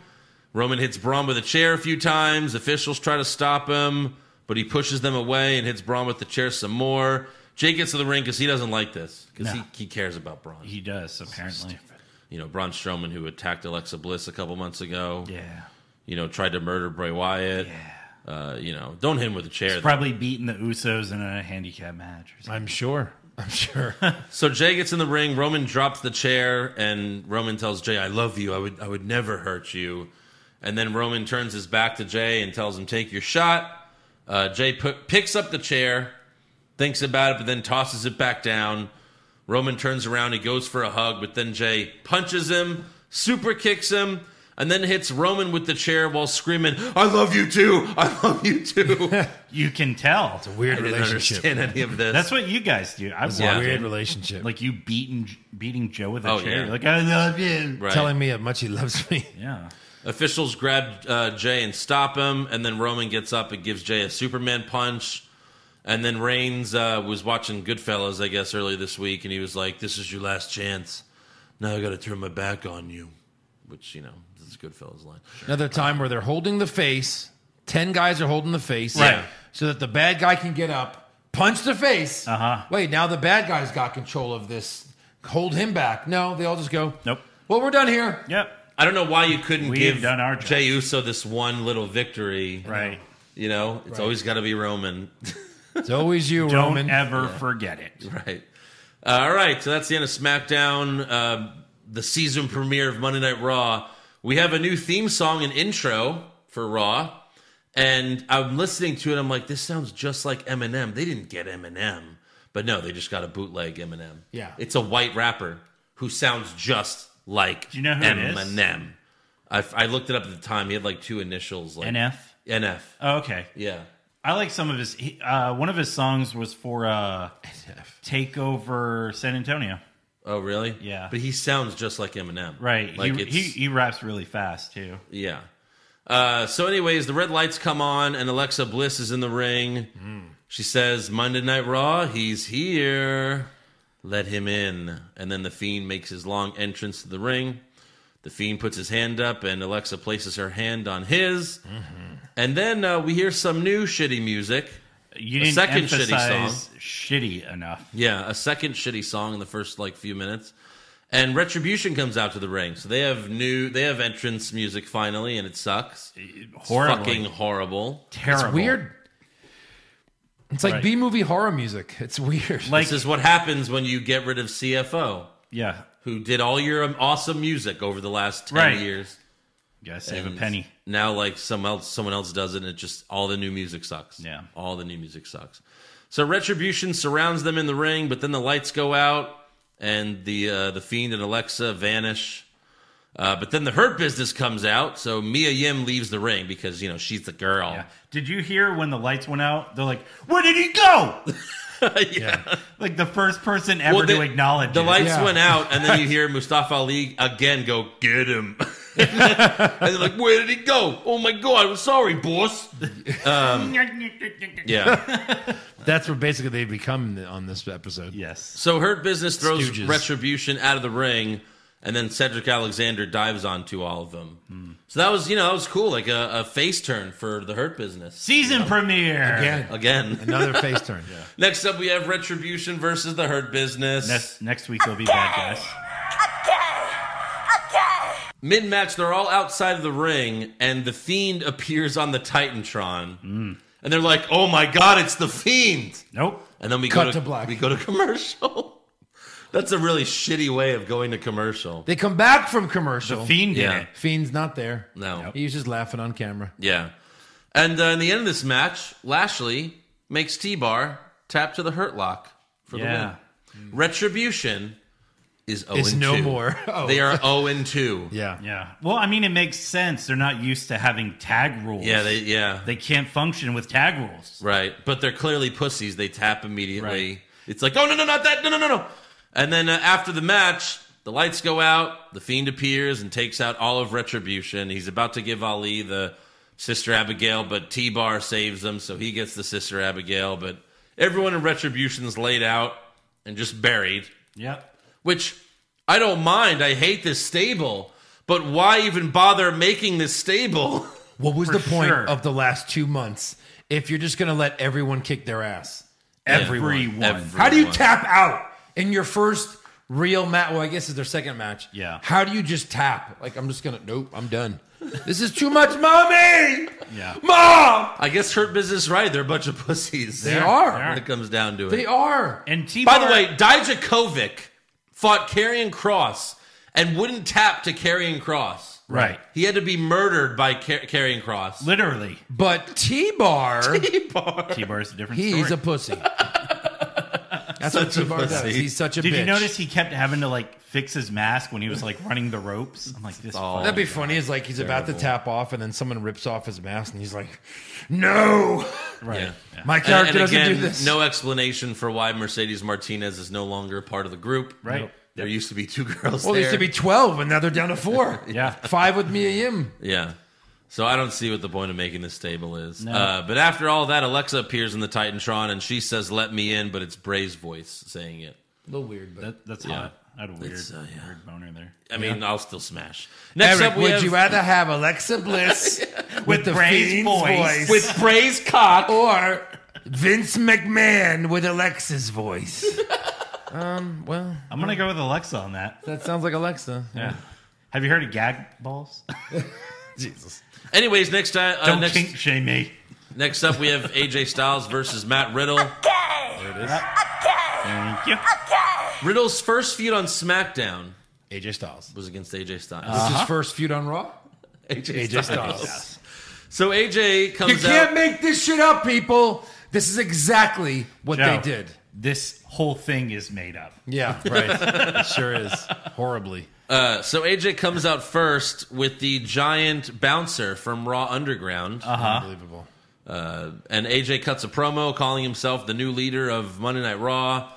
C: Roman hits Braun with a chair a few times. Officials try to stop him. but he pushes them away and hits Braun with the chair some more. Jay gets to the ring because he doesn't like this because
E: No.
C: he, he cares about Braun.
E: He does apparently.
C: you know, Braun Strowman, who attacked Alexa Bliss a couple months ago,
E: Yeah.
C: you know, tried to murder Bray Wyatt. Uh, you know, don't hit him with a chair.
E: Probably beating the Usos in a handicap match. Or something.
D: I'm sure. I'm sure.
C: So Jay gets in the ring. Roman drops the chair, and Roman tells Jay, "I love you. I would, I would never hurt you." And then Roman turns his back to Jay and tells him, "Take your shot." Uh, Jay put, picks up the chair, thinks about it, but then tosses it back down. Roman turns around. He goes for a hug, but then Jay punches him, super kicks him, and then hits Roman with the chair while screaming, "I love you too! I love you too!" I
E: You can tell.
D: Weird
C: didn't
D: relationship.
C: understand any of this.
E: That's what you guys do. I
D: It's a
C: Yeah.
E: yeah.
D: Weird relationship. Like
E: like you beating beating Joe with a
C: Oh,
E: chair.
C: yeah.
E: Like I love you.
C: right.
D: telling me how much he loves me.
E: Yeah.
C: Officials grab uh, Jay and stop him, and then Roman gets up and gives Jay a Superman punch. And then Reigns uh, was watching Goodfellas, I guess, earlier this week, and he was like, "This is your last chance. Now I got to turn my back on you," which you know, this is Goodfellas line.
D: Another time where they're holding the face. Ten guys are holding the face.
C: Right.
D: So that the bad guy can get up, punch the face.
E: Uh-huh.
D: Wait, now the bad guy's got control of this. Hold him back. No, they all just go.
E: Nope.
D: Well, we're done here.
E: Yep.
C: I don't know why you couldn't
E: We have
C: give
E: done our job.
C: Jay Uso this one little victory.
E: Right.
C: You know, it's always got to be Roman.
D: It's always you,
E: Don't
D: Roman.
E: ever forget it.
C: Right. All right. So that's the end of SmackDown, uh, the season premiere of Monday Night Raw. We have a new theme song and intro for Raw, and I'm listening to it. I'm like, this sounds just like Eminem. They didn't get Eminem, but no, they just got a bootleg Eminem.
D: Yeah.
C: it's a white rapper who sounds just like
E: Do you know who it is?
C: Eminem. I, I looked it up at the time. He had like two initials, like
E: NF.
C: NF.
E: Oh, okay.
C: Yeah.
E: I like some of his. He, uh, one of his songs was for uh, Takeover San Antonio.
C: Oh, really?
E: Yeah.
C: But he sounds just like Eminem.
E: Right.
C: Like
E: he,
C: it's,
E: he he raps really fast too.
C: Yeah. Uh, so, anyways, the red lights come on, and Alexa Bliss is in the ring. She says, "Monday Night Raw, he's here. Let him in." And then the Fiend makes his long entrance to the ring. The Fiend puts his hand up, and Alexa places her hand on his. And then uh, we hear some new shitty music.
E: You
C: The
E: didn't
C: second shitty
E: emphasize shitty, enough.
C: Yeah, a second shitty song in the first like few minutes. And Retribution comes out to the ring, so they have new they have entrance music finally, and it sucks.
E: Horrible.
C: Fucking horrible.
E: terrible.
D: It's weird. It's like
E: Right.
D: B movie horror music. It's weird.
E: Like
C: This is what happens when you get rid of CFO,
E: yeah.
C: who did all your um, awesome music over the last ten
E: Right.
C: years.
E: You gotta save
C: And
E: a penny.
C: Now, like some else, someone else does it, and it just all the new music sucks.
E: Yeah.
C: all the new music sucks. So Retribution surrounds them in the ring, but then the lights go out, and the uh, the Fiend and Alexa vanish. Uh, but then the Hurt Business comes out, so Mia Yim leaves the ring because you know she's the girl.
E: Yeah. Did you hear when the lights went out? They're like, "Where did he go?"
C: yeah.
E: like the first person ever
C: Well,
E: to
C: the-
E: acknowledge
C: The
E: it.
C: lights
D: Yeah.
C: went out, and then you hear Mustafa Ali again go, "Get him!" and they're like, "Where did he go? Oh my god! I'm sorry, boss." Yeah.
D: That's what basically they become on this episode.
E: Yes.
C: So Hurt Business throws
D: Stooges.
C: retribution out of the ring, and then Cedric Alexander dives onto all of them. So that was, you know, that was cool, like a, a face turn for the Hurt Business
E: Season premiere.
D: Again,
C: again.
D: another face turn.
C: Next up, we have Retribution versus the Hurt Business.
E: Next next week will be bad guys.
C: Mid match, they're all outside of the ring, and the Fiend appears on the Titantron, and they're like, "Oh my God, it's the Fiend!"
E: Nope.
C: And then we
D: Cut
C: go
D: to black.
C: We go to commercial. That's a really shitty way of going to commercial.
D: They come back from commercial.
E: Fiend did
C: Yeah.
E: it.
D: Fiend's not there.
C: No. Nope.
D: He's just laughing on camera.
C: Yeah. And uh, in the end of this match, Lashley makes T Bar tap to the Hurt Lock for
E: Yeah.
C: the win. Retribution is 0
D: It's
C: and
D: no
C: 2.
D: more. Oh.
C: They are 0 and 2.
D: Yeah.
E: Yeah. Well, I mean, it makes sense. They're not used to having tag rules.
C: Yeah, they, yeah.
E: they can't function with tag rules.
C: right. But they're clearly pussies. They tap immediately. It's like, oh, no, no, not that. No, no, no, no. And then uh, after the match, the lights go out. The Fiend appears and takes out all of Retribution. He's about to give Ali the Sister Abigail, but T Bar saves him, so he gets the Sister Abigail. But everyone in Retribution's laid out and just buried,
E: Yep.
C: which I don't mind. I hate this stable, but why even bother making this stable?
D: What was the point
E: sure.
D: of the last two months if you're just gonna let everyone kick their ass.
E: Everyone.
D: How do you
C: Everyone.
D: tap out in your first real match? Well, I guess it's their second match.
E: Yeah.
D: How do you just tap? Like I'm just gonna. Nope. I'm done. This is too much, mommy.
E: Yeah.
D: Mom.
C: I guess Hurt Business right. They're a bunch of pussies.
D: They are.
C: When it comes down to it.
D: They are.
E: And T.
C: By the way, Dijakovic fought Karrion Cross and wouldn't tap to Karrion Cross.
E: right?
C: He had to be murdered by Car- Karrion Cross.
E: Literally,
D: But T Bar,
E: T. Bar is a different
D: he's
E: story.
D: a pussy. That's
C: Such a
D: what T Bar does.
C: pussy.
D: He's such a
E: Did
D: bitch.
E: you notice he kept having to like fix his mask when he was like running the ropes? I'm like, this.
C: all-
E: fucking-
D: That'd be funny. Is like he's about to tap off, and then someone rips off his mask, and he's like, "No,
C: Right.
D: my
C: And, and
D: character doesn't
C: again,
D: do this."
C: no explanation for why Mercedes Martinez is no longer part of the group.
E: Right. Nope.
C: There used to be two girls
D: Well, there used
C: there.
D: to be twelve, and now they're down to four.
E: Yeah.
D: five with me and him.
C: Yeah. So I don't see what the point of making this table is. Uh, but after all that, Alexa appears in the Titantron and she says, "Let me in," but it's Bray's voice saying it.
D: A little weird, but
E: That, that's hot. I had a weird,
C: It's, uh, yeah.
E: weird boner there.
C: I mean, I'll still smash. Next
D: Eric,
C: up, we
D: would
C: have
D: you rather have Alexa Bliss with, the
E: Bray's
D: Fiend's
E: voice.
D: voice,
C: with Bray's cock.
D: or Vince McMahon with Alexa's voice? um, well,
E: I'm gonna go with Alexa on that.
D: that sounds like Alexa.
E: Yeah. Have you heard of gag balls?
D: Jesus,
C: Anyways, next time, uh,
E: Don't
C: next,
E: kink shame me.
C: next up, we have AJ Styles versus Matt Riddle.
E: Thank you.
C: Riddle's first feud on SmackDown
D: AJ Styles.
C: was against AJ Styles.
D: This is his first feud on Raw. AJ Uh, Styles.
C: So AJ
D: You
C: comes
D: can't
C: out.
D: make this shit up, people. This is exactly what
E: Joe,
D: they did.
E: This whole thing is made up.
D: Yeah, right. it sure is horribly.
C: Uh, so AJ comes out first with the giant bouncer from Raw Underground.
D: Uh. Unbelievable.
C: And AJ cuts a promo calling himself the new leader of Monday Night Raw.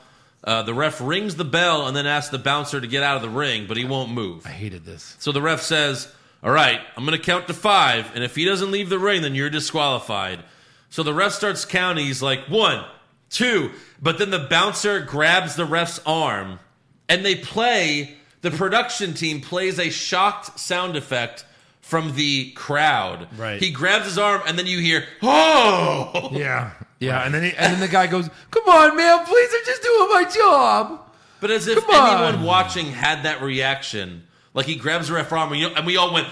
C: Uh, the ref rings the bell and then asks the bouncer to get out of the ring, but he won't move.
D: I hated this.
C: So the ref says, All right, I'm going to count to five. And if he doesn't leave the ring, then you're disqualified. So the ref starts counting. He's like, One, two. But then the bouncer grabs the ref's arm and they play, the production team plays a shocked sound effect from the crowd.
D: Right.
C: He grabs his arm and then you hear, Oh!
D: Yeah, yeah. And then he, and then the guy goes, "Come on, man, please, I'm just doing my job."
C: But as if
D: Come on.
C: anyone watching had that reaction. Like he grabs the ref arm and, you and we all went,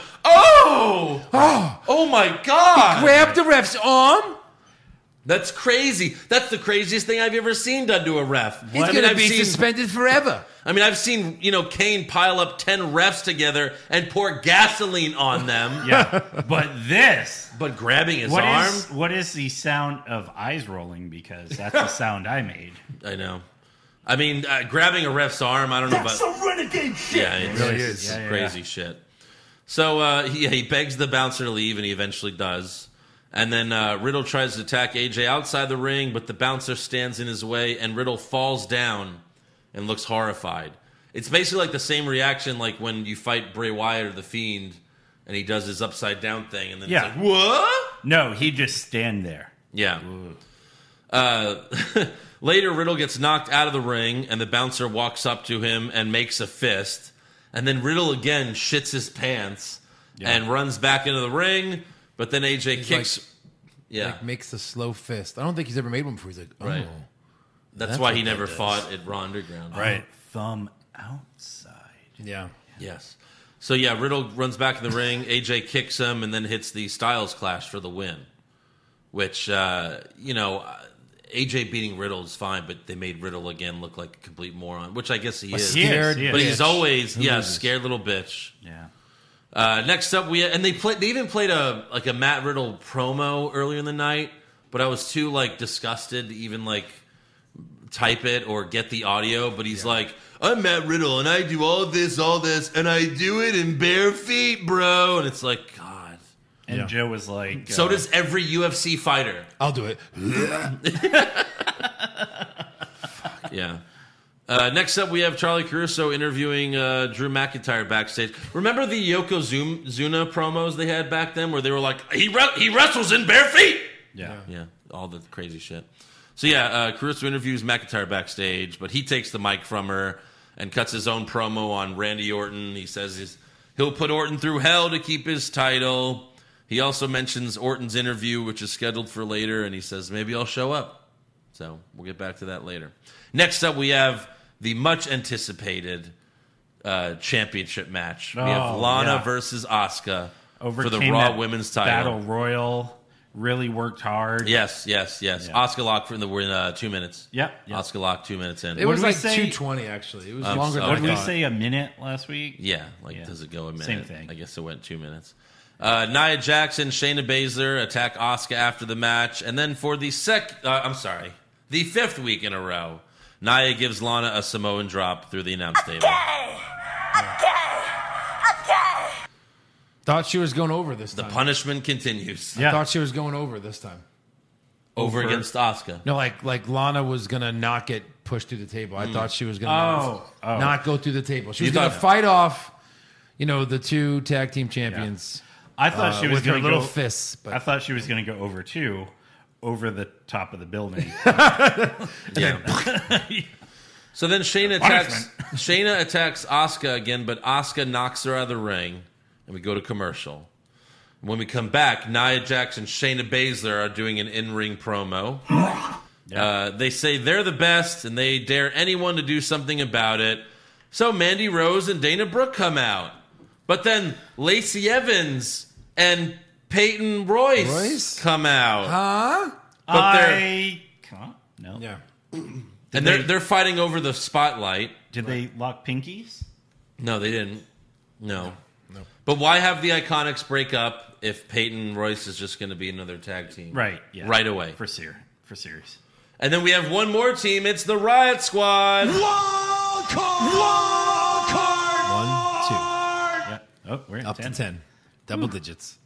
C: Oh!
D: Oh,
C: Oh my God!
D: grab the ref's arm.
C: That's crazy. That's the craziest thing I've ever seen done to a ref.
D: He's
C: I mean,
D: gonna
C: I've
D: be
C: seen,
D: suspended forever.
C: I mean, I've seen you know Kane pile up ten refs together and pour gasoline on them,
E: Yeah. but this.
C: but grabbing his
E: What
C: arm.
E: is what is the sound of eyes rolling? Because that's the sound I made.
C: I know. I mean, uh, grabbing a ref's arm. I don't know
B: That's
C: about.
B: some renegade shit.
C: Yeah, it's
D: really
C: it's
D: is.
E: Yeah, yeah,
C: crazy shit. So uh, he, yeah, he begs the bouncer to leave, and he eventually does. And then uh, Riddle tries to attack AJ outside the ring, but the bouncer stands in his way, and Riddle falls down and looks horrified. It's basically like the same reaction like when you fight Bray Wyatt or the Fiend, and he does his upside down thing, and then
E: Yeah.
C: it's like what?
E: No, he just stand there.
C: Yeah.
D: Mm.
C: Uh, later, Riddle gets knocked out of the ring, and the bouncer walks up to him and makes a fist. And then Riddle again shits his pants and runs back into the ring. But then AJ kicks.
D: like-
C: yeah,
D: Like makes a slow fist. I don't think he's ever made one before. He's like, oh.
C: Right. that's,
D: that's
C: why
D: what
C: he
D: that
C: never
D: does.
C: fought at Raw Underground.
D: Right.
E: Thumb outside.
D: Yeah.
C: Yes. So yeah, Riddle runs back in the ring. AJ kicks him and then hits the Styles Clash for the win. Which uh, you know, uh, AJ beating Riddle is fine, but they made Riddle again look like a complete moron. Which I guess he is.
E: He is,
D: Scared
E: he is.
C: But he's
D: bitch.
C: always
D: Who
C: yeah,
D: loses?
C: scared little bitch.
E: Yeah.
C: Uh, next up, we and they played. They even played a like a Matt Riddle promo earlier in the night, but I was too like disgusted to even like type it or get the audio. But he's like, "I'm Matt Riddle, and I do all this, all this, and I do it in bare feet, bro." And it's like, God.
E: And Joe was like,
C: So
E: uh,
C: does every UFC fighter.
D: I'll do it.
C: Yeah. Uh, next up, we have Charlie Caruso interviewing uh, Drew McIntyre backstage. Remember the Yokozuna promos they had back then, where they were like, "He re- he wrestles in bare feet."
E: yeah.
C: Yeah, all the crazy shit. So yeah, uh, Caruso interviews McIntyre backstage, but he takes the mic from her and cuts his own promo on Randy Orton. He says he's, he'll put Orton through hell to keep his title. He also mentions Orton's interview, which is scheduled for later, and he says, maybe I'll show up. So we'll get back to that later. Next up, we have the much anticipated uh, championship match. we have
E: Oh,
C: Lana
E: yeah.
C: versus Asuka for the
E: Overcame
C: Raw
E: that
C: Women's title.
E: Battle Royal really worked hard.
C: Yes, yes, yes.
E: Yeah.
C: Oscar Lock for in the in uh, two minutes.
E: Yep, yep.
C: Oscar Lock two minutes in.
D: It
E: What
D: was
E: did we
D: like
E: say-
D: 220 actually. It was
C: I'm
D: longer
C: sorry.
E: What
D: than
E: did
D: I
E: we
D: thought.
E: say? A minute last week?
C: Oh yeah, like
E: Yeah.
C: does it go a minute?
E: Same thing.
C: I guess it went two minutes. Uh, Nia Jackson, Shayna Baszler attack Oscar after the match, and then for the sec, uh, I'm sorry, the fifth week in a row, Nia gives Lana a Samoan drop through the announce table.
D: Thought she was going over this
C: The
D: time.
C: punishment continues
E: Yeah.
D: Thought she was going over this time.
C: over, against Oscar.
D: No, like like Lana was gonna not get pushed through the table. I thought she was gonna
E: Oh,
D: not,
E: oh.
D: not go through the table. She
C: Mm. You
D: was gonna
C: thought-
D: fight off, you know, the two tag team champions
E: I thought
D: uh,
E: she was
D: with her
E: going to
D: little
E: go.
D: fists. But
E: I thought she was going to go over two, over the top of the building.
C: Yeah. so then Shayna attacks Shayna attacks Asuka again, but Asuka knocks her out of the ring, and we go to commercial. When we come back, Nia Jackson, Shayna Baszler are doing an in-ring promo. Uh, they say they're the best, and they dare anyone to do something about it. So Mandy Rose and Dana Brooke come out, but then Lacey Evans and Peyton Royce,
D: Royce?
C: come out.
D: huh?
C: But they're-
E: I can't. No.
D: Yeah.
C: and they're they're fighting over the spotlight.
E: Did they lock pinkies?
C: No, they didn't. No. No. But why have the Iconics break up if Peyton Royce is just going to be another tag team?
E: Right. Yeah.
C: Right away.
E: for ser for series.
C: And then we have one more team. It's the Riot Squad.
D: One, two,
E: Yeah. Oh, we're in
D: up
E: ten.
D: to ten, double digits.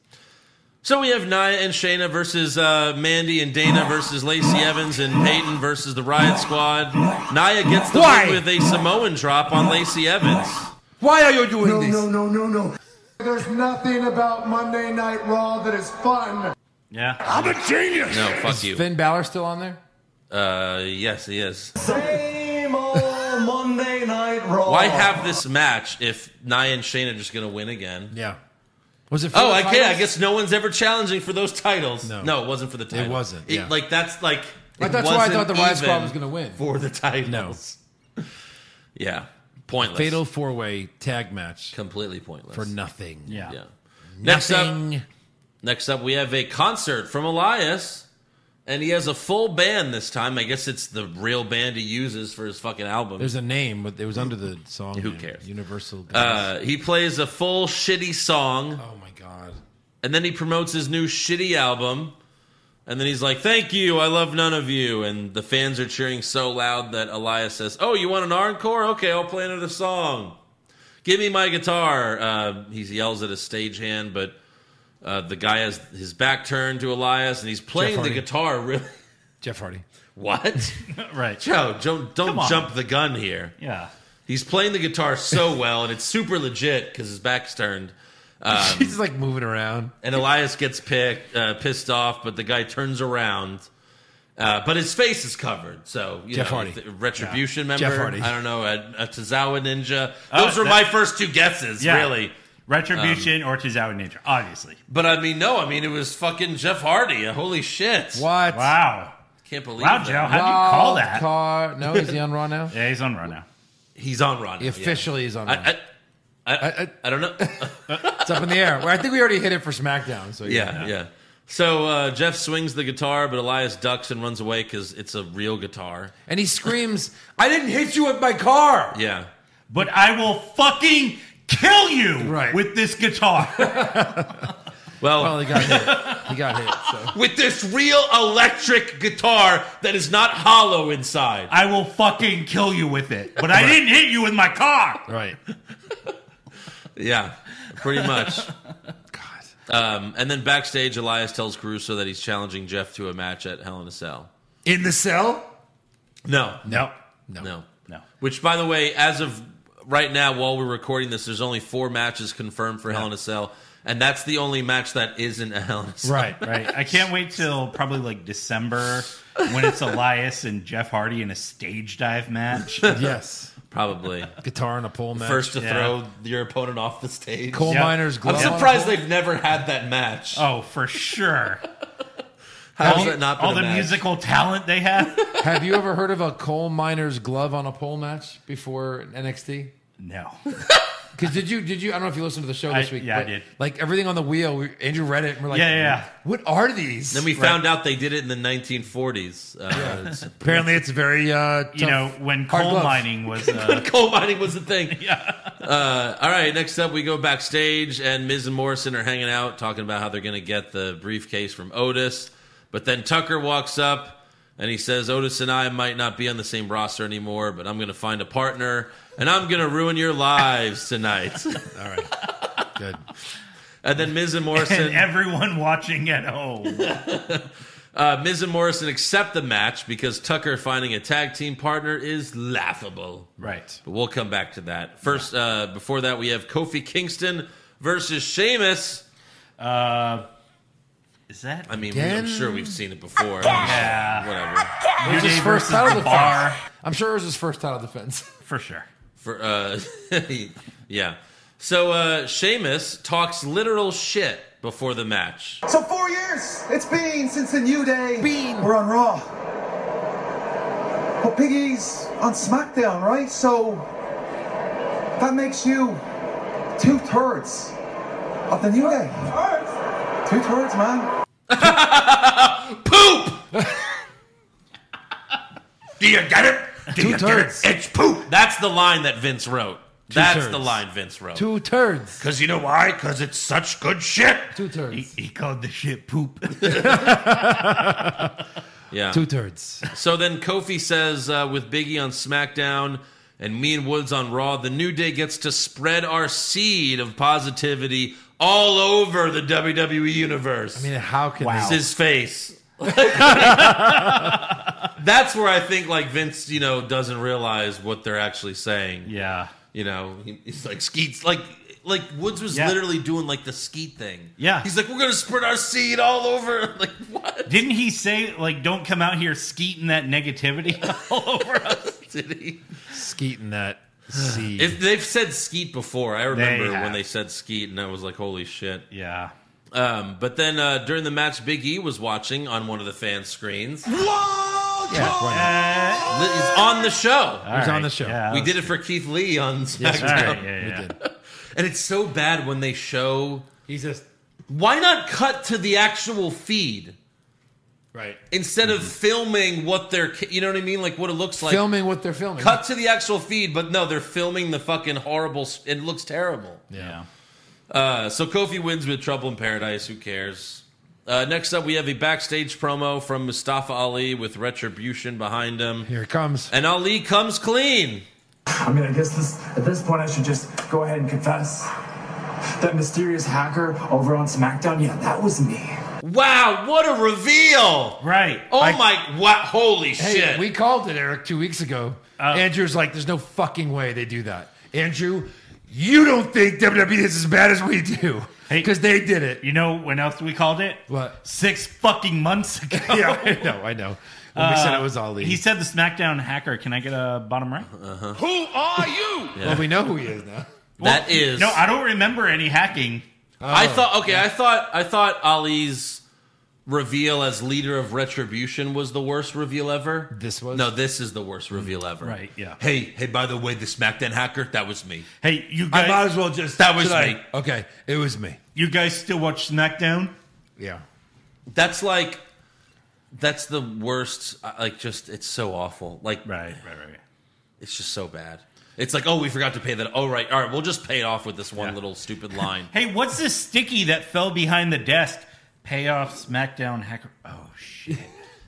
C: So we have Nia and Shayna versus uh, Mandy and Dana versus Lacey Evans and Peyton versus the Riot Squad. Nia gets the
D: Why?
C: win with a Samoan drop on Lacey Evans.
D: Why are you doing this?
B: No, no, no, no. There's nothing about Monday Night Raw that is fun.
E: Yeah.
F: I'm a genius.
C: No, fuck
D: Is
C: you.
D: Finn Balor still on there?
C: Uh, yes, he is.
B: Same old Monday Night Raw.
C: Why have this match if Nia and Shayna are just going to win again?
D: Yeah. Was it? For
C: Oh,
D: the
C: I
D: titles?
C: can't. I guess no one's ever challenging for those titles.
D: No.
C: no it wasn't for the title.
D: wasn't,
C: It-
D: yeah.
C: like that's like.
D: But
C: it
D: that's why I
C: wasn't
D: thought the Riot Squad
C: even
D: was gonna win.
C: for the titles. Yeah, pointless.
D: Fatal four way tag match
C: completely pointless.
D: for nothing.
E: Yeah.
C: yeah. Next up,
D: Nothing.
C: next up, we have a concert from Elias, and he has a full band this time. I guess it's the real band he uses for his fucking album.
D: There's a name, but it was under the song.
C: Who
D: name.
C: cares?
D: Universal.
C: uh, he plays a full shitty song.
D: oh my god.
C: And then he promotes his new shitty album. And then he's like, Thank you, I love none of you. And the fans are cheering so loud that Elias says, Oh, you want an encore? Okay, I'll play another song. Give me my guitar. Uh, he yells at a stagehand, but uh, the guy has his back turned to Elias and he's playing the
D: Hardy.
C: guitar really.
D: Jeff Hardy.
C: What?
E: Right.
C: Joe, don't,
E: Come
C: don't
E: on.
C: jump the gun here.
E: Yeah.
C: He's playing the guitar so well, and it's super legit because his back's turned.
D: She's like moving around.
C: And Elias gets picked, uh, pissed off, but the guy turns around. Uh, but his face is covered, so you
D: Jeff
C: know,
D: Hardy.
C: th- retribution member.
D: Jeff Hardy.
C: I don't know a, a Tozawa ninja.
E: Oh,
C: Those were
E: that-
C: my first two guesses,
E: Yeah.
C: really.
E: Retribution
C: Um,
E: or Tozawa Ninja, obviously.
C: But I mean, no, I mean it was fucking Jeff Hardy. Holy shit!
D: What?
E: Wow.
C: Can't believe
E: Wow,
C: that.
E: Joe. How'd you call
D: Wild
E: that?
D: Card. No, is he on Raw now?
E: Yeah, he's on run now.
C: He's on Raw. now,
D: He
C: yeah.
D: officially is on. Raw.
C: I, I, I,
D: I- I-
C: I don't know.
D: it's up in the air. Well, I think we already hit it for SmackDown. So
C: yeah, yeah. So uh, Jeff swings the guitar, but Elias ducks and runs away because it's a real guitar.
D: And he screams, "I didn't hit you with my car."
C: Yeah.
E: But I will fucking kill you
D: Right.
E: with this guitar.
D: Well, he got hit. He got hit. So
C: with this real electric guitar that is not hollow inside.
E: I will fucking kill you with it. But I didn't hit you with my car.
D: right.
C: Yeah, pretty much. Um, and then backstage, Elias tells Caruso that he's challenging Jeff to a match at Hell in a Cell.
D: In the cell?
C: No,
D: No. No.
C: no,
E: No.
C: Which, by the way, as of right now, while we're recording this, there's only four matches confirmed for Hell in a Cell, and that's the only match that isn't a Hell in a Cell.
D: Right. Right.
E: Right. I can't wait till probably like December when it's Elias and Jeff Hardy in a stage dive match.
D: Yes.
C: Probably.
D: Guitar and a pole match.
C: First to
E: Yeah.
C: throw your opponent off the stage.
D: coal
E: Yeah.
D: miners.
C: I'm
D: Glove
C: surprised they've never had that match.
E: Oh, for sure.
C: How has that not been
E: all
C: a
E: the
C: match?
E: musical talent they have.
D: Have you ever heard of a coal miner's glove on a pole match before NXT?
E: no,
D: Because did you did you? I don't know if you listened to the show
E: I-
D: this week.
E: yeah, I
D: but,
E: did.
D: Like everything on the wheel, we, Andrew read it, and we're like,
E: Yeah, yeah, yeah.
D: What are these?
C: Then we found out they did it in the 1940s. Uh, it's-
D: Apparently, it's very uh, tough.
E: you know when
D: Hard
E: coal
D: gloves.
E: mining was. Uh,
C: when coal mining was the thing. Yeah. Uh, all right. Next up, we go backstage, and Miz and Morrison are hanging out, talking about how they're going to get the briefcase from Otis. But then Tucker walks up, and he says, "Otis and I might not be on the same roster anymore, but I'm going to find a partner, and I'm going to ruin your lives tonight."
D: All right, good.
C: and then Miz and Morrison,
E: and everyone watching at home.
C: uh, Miz and Morrison accept the match because Tucker finding a tag team partner is laughable.
E: Right.
C: But we'll come back to that. First, uh, before that, we have Kofi Kingston versus Sheamus.
E: Uh, is that
C: I mean, we- I'm
D: Again?
C: sure we've seen it before.
E: Yeah.
C: Whatever.
D: It was his
E: Day
D: first
E: versus
D: title
E: the
D: defense.
E: Bar.
D: I'm sure it was his first title defense.
E: for sure?
C: For uh, yeah. So uh, Sheamus talks literal shit before the match.
B: So four years it's been since the new day.
D: Been.
B: We're on Raw. But Piggy's on SmackDown, right? So that makes you two thirds of the new day. Two thirds, man.
C: Poop.
F: Do you get it? Do you
D: Two-thirds.
F: get it? It's poop.
C: That's the line that Vince wrote. That's
D: Two-thirds.
C: the line Vince wrote.
D: Two turds.
F: Because you know why? Because it's such good shit.
D: Two
E: He,
D: turds.
E: he called the shit poop.
C: yeah.
D: Two turds.
C: So then Kofi says uh, with Biggie on SmackDown and me and Woods on Raw, the New Day gets to spread our seed of positivity all over the WWE universe.
D: I mean, how can
E: Wow.
C: It's his face. That's where I think like Vince, you know, doesn't realize what they're actually saying.
E: yeah.
C: You know, he- he's like skeets like like Woods was
E: Yeah.
C: literally doing like the skeet thing.
E: Yeah.
C: He's like, We're gonna spread our seed all over like what?
E: Didn't he say like, "Don't come out here skeeting that negativity all over us"?
C: Did he?
D: skeeting that seed?
C: If they've said skeet before, I remember when
E: have.
C: they said skeet, and I was like, "Holy shit!"
E: Yeah.
C: Um, but then uh, during the match, Big E was watching on one of the fan screens. Li-
D: yeah, right.
E: Uh,
C: He's on the show.
E: all
D: He's on the show.
E: Yeah,
C: we
E: let's-
C: did it for Keith Lee on
D: Yes,
C: SmackDown,
D: we
E: All right. Yeah. yeah.
D: We did.
C: and it's so bad when they show.
D: He's just
C: Why not cut to the actual feed
D: right.
C: instead of filming what they're? ca- You know what I mean? Like what it looks like.
D: filming what they're filming.
C: Cut to the actual feed, but no, they're filming the fucking horrible. s- It looks terrible.
E: Yeah.
C: Uh, so Kofi wins with Trouble in Paradise. Who cares? Uh, next up, we have a backstage promo from Mustafa Ali with Retribution behind him.
D: Here it comes.
C: And Ali comes clean.
H: I mean, I guess this at this point I should just go ahead and confess that mysterious hacker over on SmackDown. Yeah, that was me.
C: Wow, what a reveal!
E: Right.
C: Oh
E: I-
C: my, wow, holy
D: Hey,
C: shit.
D: we called it, Eric, two weeks ago.
E: Oh.
D: Andrew's like, there's no fucking way they do that. Andrew, you don't think WWE is as bad as we do
E: Hey.
D: because they did it.
E: You know when else we called it?
D: What?
E: Six fucking months ago.
D: Yeah, I know, I know. When we said it was Ali. Uh-huh.
E: He said the SmackDown hacker. Can I get a bottom right?
F: Who are you?
D: well, we know who he is now.
C: that is.
E: No, I Oh. don't remember any hacking.
C: I thought, okay, I thought, I thought Ali's reveal as leader of Retribution was the worst reveal ever.
D: This was?
C: No, this is the worst reveal ever.
E: Right, yeah.
C: Hey, hey, by the way, the SmackDown hacker, that was me.
E: Hey, you
D: I
E: guys,
D: might as well just.
C: That was
D: Should I-
C: me.
D: Okay, it was me.
E: you guys still watch SmackDown?
D: Yeah.
C: That's like, that's the worst. I- Like, just it's so awful. Like,
E: Right, right, right.
C: it's just so bad. It's like, oh, we forgot to pay that. Oh, right, all right, we'll just pay it off with this one little stupid line.
E: Hey, what's this sticky that fell behind the desk? Payoff SmackDown hacker. Oh shit!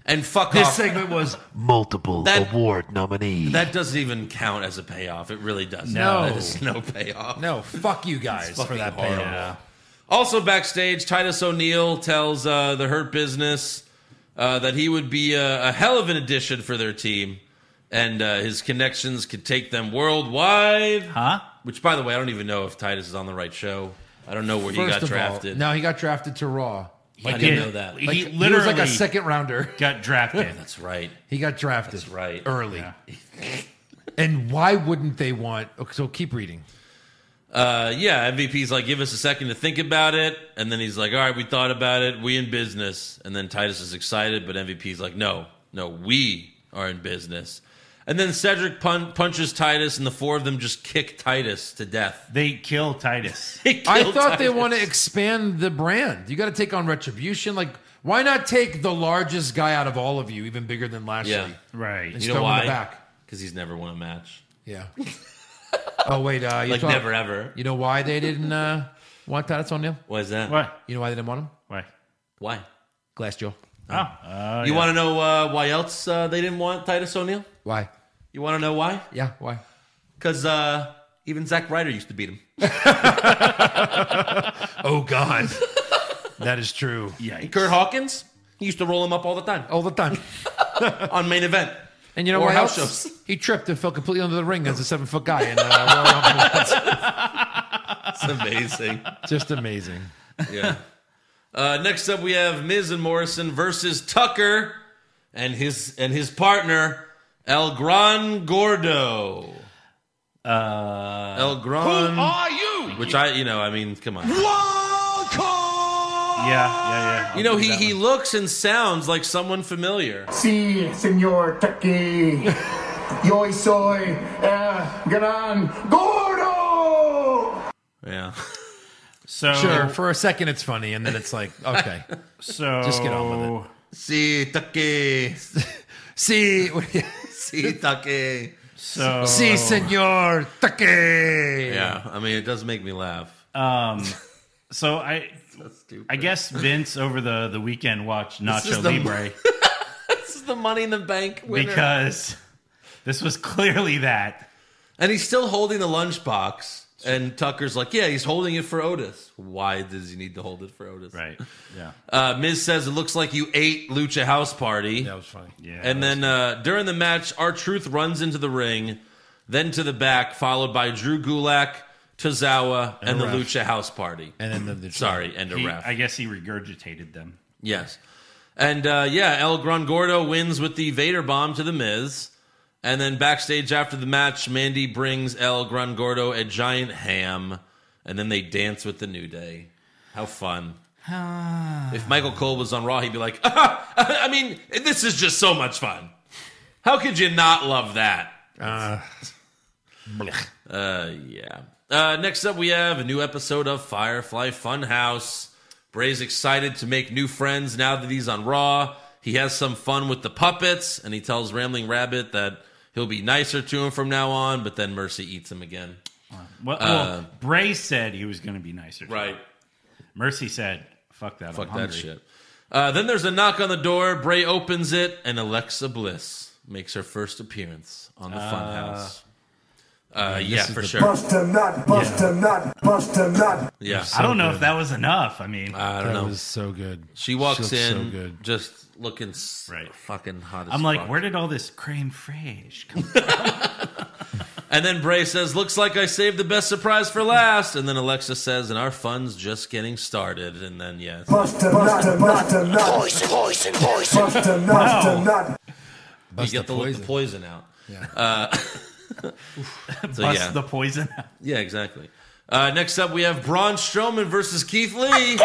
C: and fuck
D: This
C: off.
D: segment was.
I: multiple
C: That-
I: award nominee.
C: That doesn't even count as a payoff. It really doesn't.
E: No.
C: there's no payoff.
D: No, fuck you guys for
C: fucking
D: that
C: horrible.
D: payoff.
C: Also backstage, Titus O'Neil tells uh, the Hurt Business uh, that he would be a, a hell of an addition for their team, and uh, his connections could take them worldwide.
E: Huh?
C: Which, by the way, I don't even know if Titus is on the right show. I don't know where he
D: First
C: got
D: of
C: drafted.
D: all, no, he got drafted to Raw.
C: I
E: did.
C: didn't know that.
E: He
D: Like, was
E: literally
D: like a second rounder.
E: got drafted.
C: That's right.
D: He got drafted
C: That's right.
D: early.
E: Yeah.
D: And why wouldn't they want? Okay, so keep reading.
C: Uh, yeah, MVP's like, give us a second to think about it. And then he's like, all right, we thought about it. We in business. And then Titus is excited, but MVP's like, no, no, we are in business. And then Cedric pun- punches Titus, and the four of them just kick Titus to death.
E: They kill Titus.
C: They
D: I
C: kill
D: thought they
C: Titus.
D: want to expand the brand. You got to take on retribution. Like, why not take the largest guy out of all of you, even bigger than Lashley?
C: Yeah.
E: right.
D: And
C: You know
D: throw him in
C: why?
D: the back.
C: Because he's never won a match.
D: Yeah. oh wait, uh, you
C: Like,
D: talk-
C: never ever.
D: You know why they didn't uh, want Titus O'Neil?
C: Why is that?
E: Why?
D: You know why they didn't want him?
E: Why?
C: Why?
D: Glass Joe.
E: Oh, uh,
C: You want to know uh, why else uh, they didn't want Titus O'Neil?
D: Why?
C: You want to know why?
D: Yeah, why?
C: Because uh, even Zack Ryder used to beat him.
D: Oh God, that is true.
E: yikes.
C: Kurt Hawkins he used to roll him up all the time
D: All the time.
C: on main event.
D: And you know
C: Or
D: why
C: house
D: else?
C: shows.
D: He tripped and fell completely under the ring as a seven foot guy. And, uh, Royal Rumble.
C: It's amazing.
D: just amazing.
C: yeah. Uh, next up, we have Miz and Morrison versus Tucker and his and his partner El Gran Gordo.
E: Uh,
C: El Gran. Who are you? Which I, you know, I mean, come on.
E: yeah, yeah, yeah.
C: You know, he he looks and sounds like someone familiar.
I: Sí, señor Tucky. Yo soy
B: eh,
I: el gran gordo.
C: Yeah.
E: so
D: Sure. For a second, it's funny, and then it's like, okay,
E: so
D: Just get on
E: it.
C: See Tucky.
D: see,
C: See Tucky.
E: So
D: see, Senor Take.
C: Yeah. I mean, it does make me laugh.
E: um, so I I guess Vince over the the weekend watched Nacho
C: the-
E: Libre
C: This is the Money in the Bank winner.
E: because this was clearly that.
C: And he's still holding the lunchbox. And Tucker's like, yeah, he's holding it for Otis. Why does he need to hold it for Otis?
E: Right. Yeah.
C: Uh, Miz says it looks like you ate Lucha House Party.
D: That was funny.
E: Yeah.
C: and then uh, during the match, our Truth runs into the ring, then to the back, followed by Drew Gulak, Tozawa, and,
D: a
C: the
D: ref.
C: Lucha House Party.
D: And then the, the
C: Sorry, and a
E: he,
C: ref.
E: I guess he regurgitated them.
C: Yes. And uh, yeah, El Gran Gordo wins with the Vader bomb to the Miz. And then backstage after the match, Mandy brings El Gran Gordo a giant ham. And then they dance with the New Day. How fun. if Michael Cole was on Raw, he'd be like, I mean, this is just so much fun. How could you not love that? Uh, yeah. Uh, next up, we have a new episode of Firefly Funhouse. Bray's excited to make new friends now that he's on Raw. He has some fun with the puppets, and he tells Rambling Rabbit that he'll be nicer to him from now on, but then Mercy eats him again.
E: Well,
C: Uh,
E: well Bray said he was going to be nicer. to him. Mercy said, "Fuck that.
C: Fuck
E: I'm
C: that
E: hungry."
C: shit. Uh, then there's a knock on the door. Bray opens it, and Alexa Bliss makes her first appearance on the Funhouse. Uh, yeah, for sure.
I: Bust a nut, bust a nut, bust a nut.
C: Yeah,
E: I don't know if that was enough. I mean,
C: I don't
D: That
C: know.
D: was so good.
C: She walks
D: looks
C: in,
D: So good.
C: just looking s-
E: Right.
C: fucking hot. As
E: I'm like,
C: fuck.
E: where did all this creme fraiche come?
C: And then Bray says, "Looks like I saved the best surprise for last." And then Alexa says, "And our fun's just getting started." And then yeah, it's-
I: Bust a nut, bust a nut. Bust a nut, bust a nut.
C: you get the the poison, out. Uh, so
E: Bust
C: yeah,
E: the poison.
C: yeah, exactly. Uh, next up, we have Braun Strowman versus Keith Lee.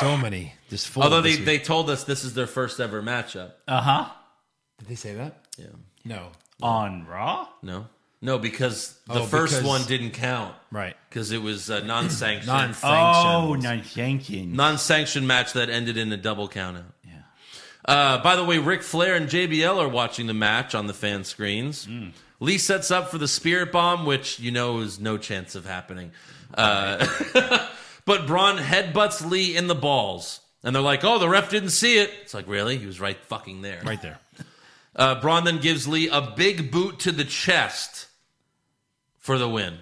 D: So many. Just full.
C: Although
D: of
C: they,
D: this
C: they
D: week.
C: told us this is their first ever matchup.
E: Uh huh.
D: did they say that?
C: Yeah.
D: No.
E: On Raw.
C: No, no, because the
D: Oh,
C: first
D: because-
C: one didn't count
D: Right.
C: because it was uh, non-sanctioned.
D: Non
E: Oh,
D: sanctioned.
E: not yanking.
C: non-sanctioned match that ended in a double countout.
E: yeah.
C: Uh, by the way, Ric Flair and JBL are watching the match on the fan screens. Lee sets up for the Spirit Bomb, which you know is no chance of happening. Uh, but Braun headbutts Lee in the balls, and they're like, "Oh, the ref didn't see it." It's like, really? He was right fucking there.
D: right there.
C: Uh, Braun then gives Lee a big boot to the chest for the win.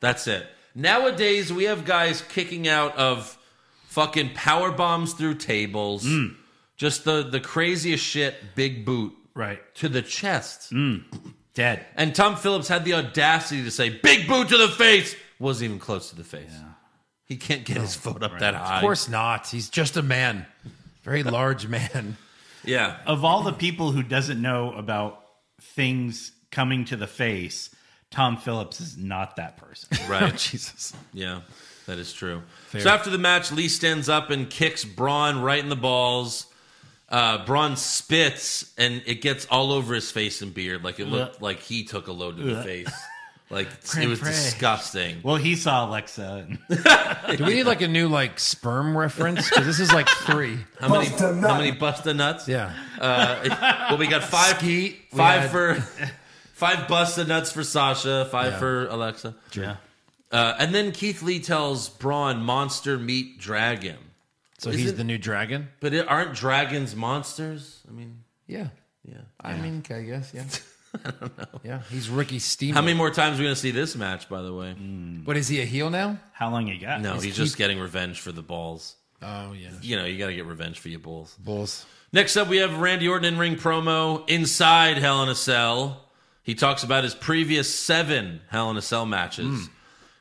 C: That's it. Nowadays, we have guys kicking out of fucking power bombs through tables. Just the, the craziest shit, big boot
E: Right.
C: to the chest.
E: Dead.
C: And Tom Phillips had the audacity to say, big boot to the face. Wasn't even close to the face. He can't get his foot up that high.
D: Of course not. He's just a man. Very large man.
C: Yeah.
E: Of all the people who doesn't know about things coming to the face, Tom Phillips is not that person.
C: Right.
D: Jesus.
C: Yeah, that is true. So after the match, Lee stands up and kicks Braun right in the balls. Uh, Braun spits and it gets all over his face and beard. Like it looked like he took a load to the face. Like it was
E: pray.
C: disgusting.
E: Well, he saw Alexa. And
D: Do we need like a new like sperm reference? Because this is like three.
C: How many,
I: Bust a nut.
C: how many bust a nuts?
D: Yeah.
C: Uh, well, we got five,
D: Skeet, we
C: five
D: had-
C: for five bust a nuts for Sasha, five for Alexa.
E: yeah.
C: Uh, and then Keith Lee tells Braun, "Monster meet dragon."
D: So
C: Is
D: he's
C: it-
D: the new dragon.
C: But it, aren't dragons monsters? I mean,
D: Yeah.
C: yeah.
D: I mean, I guess. Yeah. I don't know. Yeah, he's Ricky Steam.
C: How many more times are we going to see this match? By the way,
D: What is he a heel now?
E: How long you got?
C: no, he's just getting revenge for the balls.
D: Oh yeah.
C: You know, you got to get revenge for your balls.
D: Bulls.
C: Next up, we have Randy Orton in ring promo inside Hell in a Cell. He talks about his previous seven Hell in a Cell matches,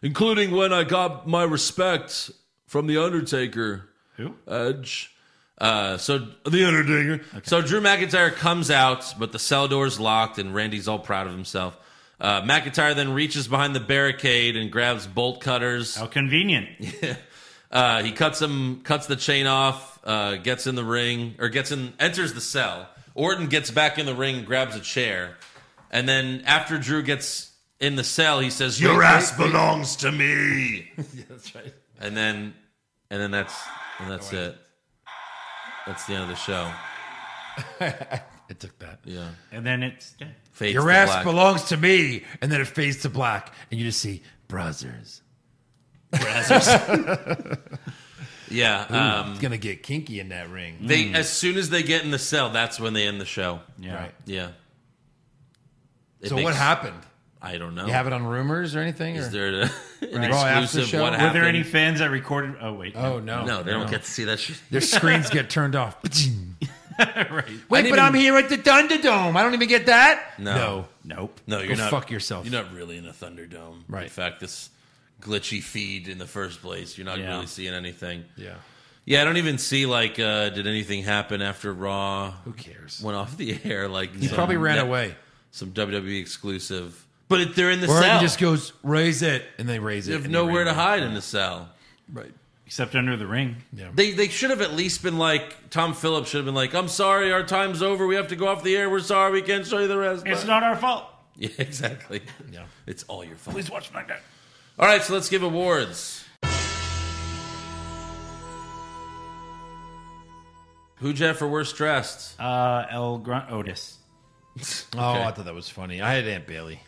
C: including when I got my respect from The Undertaker.
E: Who?
C: Edge. Uh, so the Undertaker. So Drew McIntyre comes out, but the cell door's locked, and Randy's all proud of himself. Uh, McIntyre then reaches behind the barricade and grabs bolt cutters.
E: How Oh, convenient.
C: Uh, he cuts him, cuts the chain off, uh, gets in the ring, or gets in, enters the cell. Orton gets back in the ring, grabs a chair, and then after Drew gets in the cell, he says,
G: Your
C: "Wait,
G: ass belongs to me.
C: and then and then that's and that's it. That's the end of the show.
D: It took that.
C: Yeah,
E: And then it's yeah.
C: Fades
D: Your
C: to
D: ass
C: black.
D: belongs to me, and then it fades to black, and you just see brothers.
C: Yeah. Um,
D: it's gonna get kinky in that ring,
C: they as soon as they get in the cell, that's when they end the show.
E: yeah.
D: right?
C: Yeah. It
D: so what
C: makes-
D: happened?
C: I don't know.
D: You have it on rumors or anything?
C: Is
D: or-
C: there a, an
D: Right. Raw after the
C: exclusive?
D: show?
C: What
D: Were
E: Were
C: happened?
E: there any fans that recorded? Oh wait,
D: oh no,
C: No, they don't get to see that shit.
D: Their screens get turned off.
E: right?
D: Wait, but
C: even-
D: I'm here at the Thunderdome. I don't even get that.
C: No.
E: Nope.
C: No, you're not.
D: fuck yourself.
C: You're not really in a Thunderdome. In
D: Right.
C: fact, this glitchy feed in the first place, you're not
E: Yeah.
C: really seeing anything.
D: Yeah.
C: Yeah, I don't even see like uh did anything happen after Raw
D: Who cares?
C: went off the air. Like
D: he probably ran away.
C: Some WWE exclusive. But if they're in the
D: Or
C: cell.
D: he just goes raise it, and they raise
C: they
D: it.
C: have
D: and they
C: nowhere
D: raise
C: to
D: it.
C: hide in the cell.
D: Right.
E: Except under the ring.
C: They they should have at least been like Tom Phillips should have been like, I'm sorry, our time's over. We have to go off the air. We're sorry, we can't show you the rest.
E: It's
C: But-
E: not our fault.
C: yeah, exactly.
D: Yeah.
C: It's all your fault.
E: Please watch my back.
C: All right, so let's give awards. Who Jeff for worst dressed?
E: Uh, El Grunt Otis.
D: Oh,
C: Okay.
D: I thought that was funny. I had Aunt Bailey.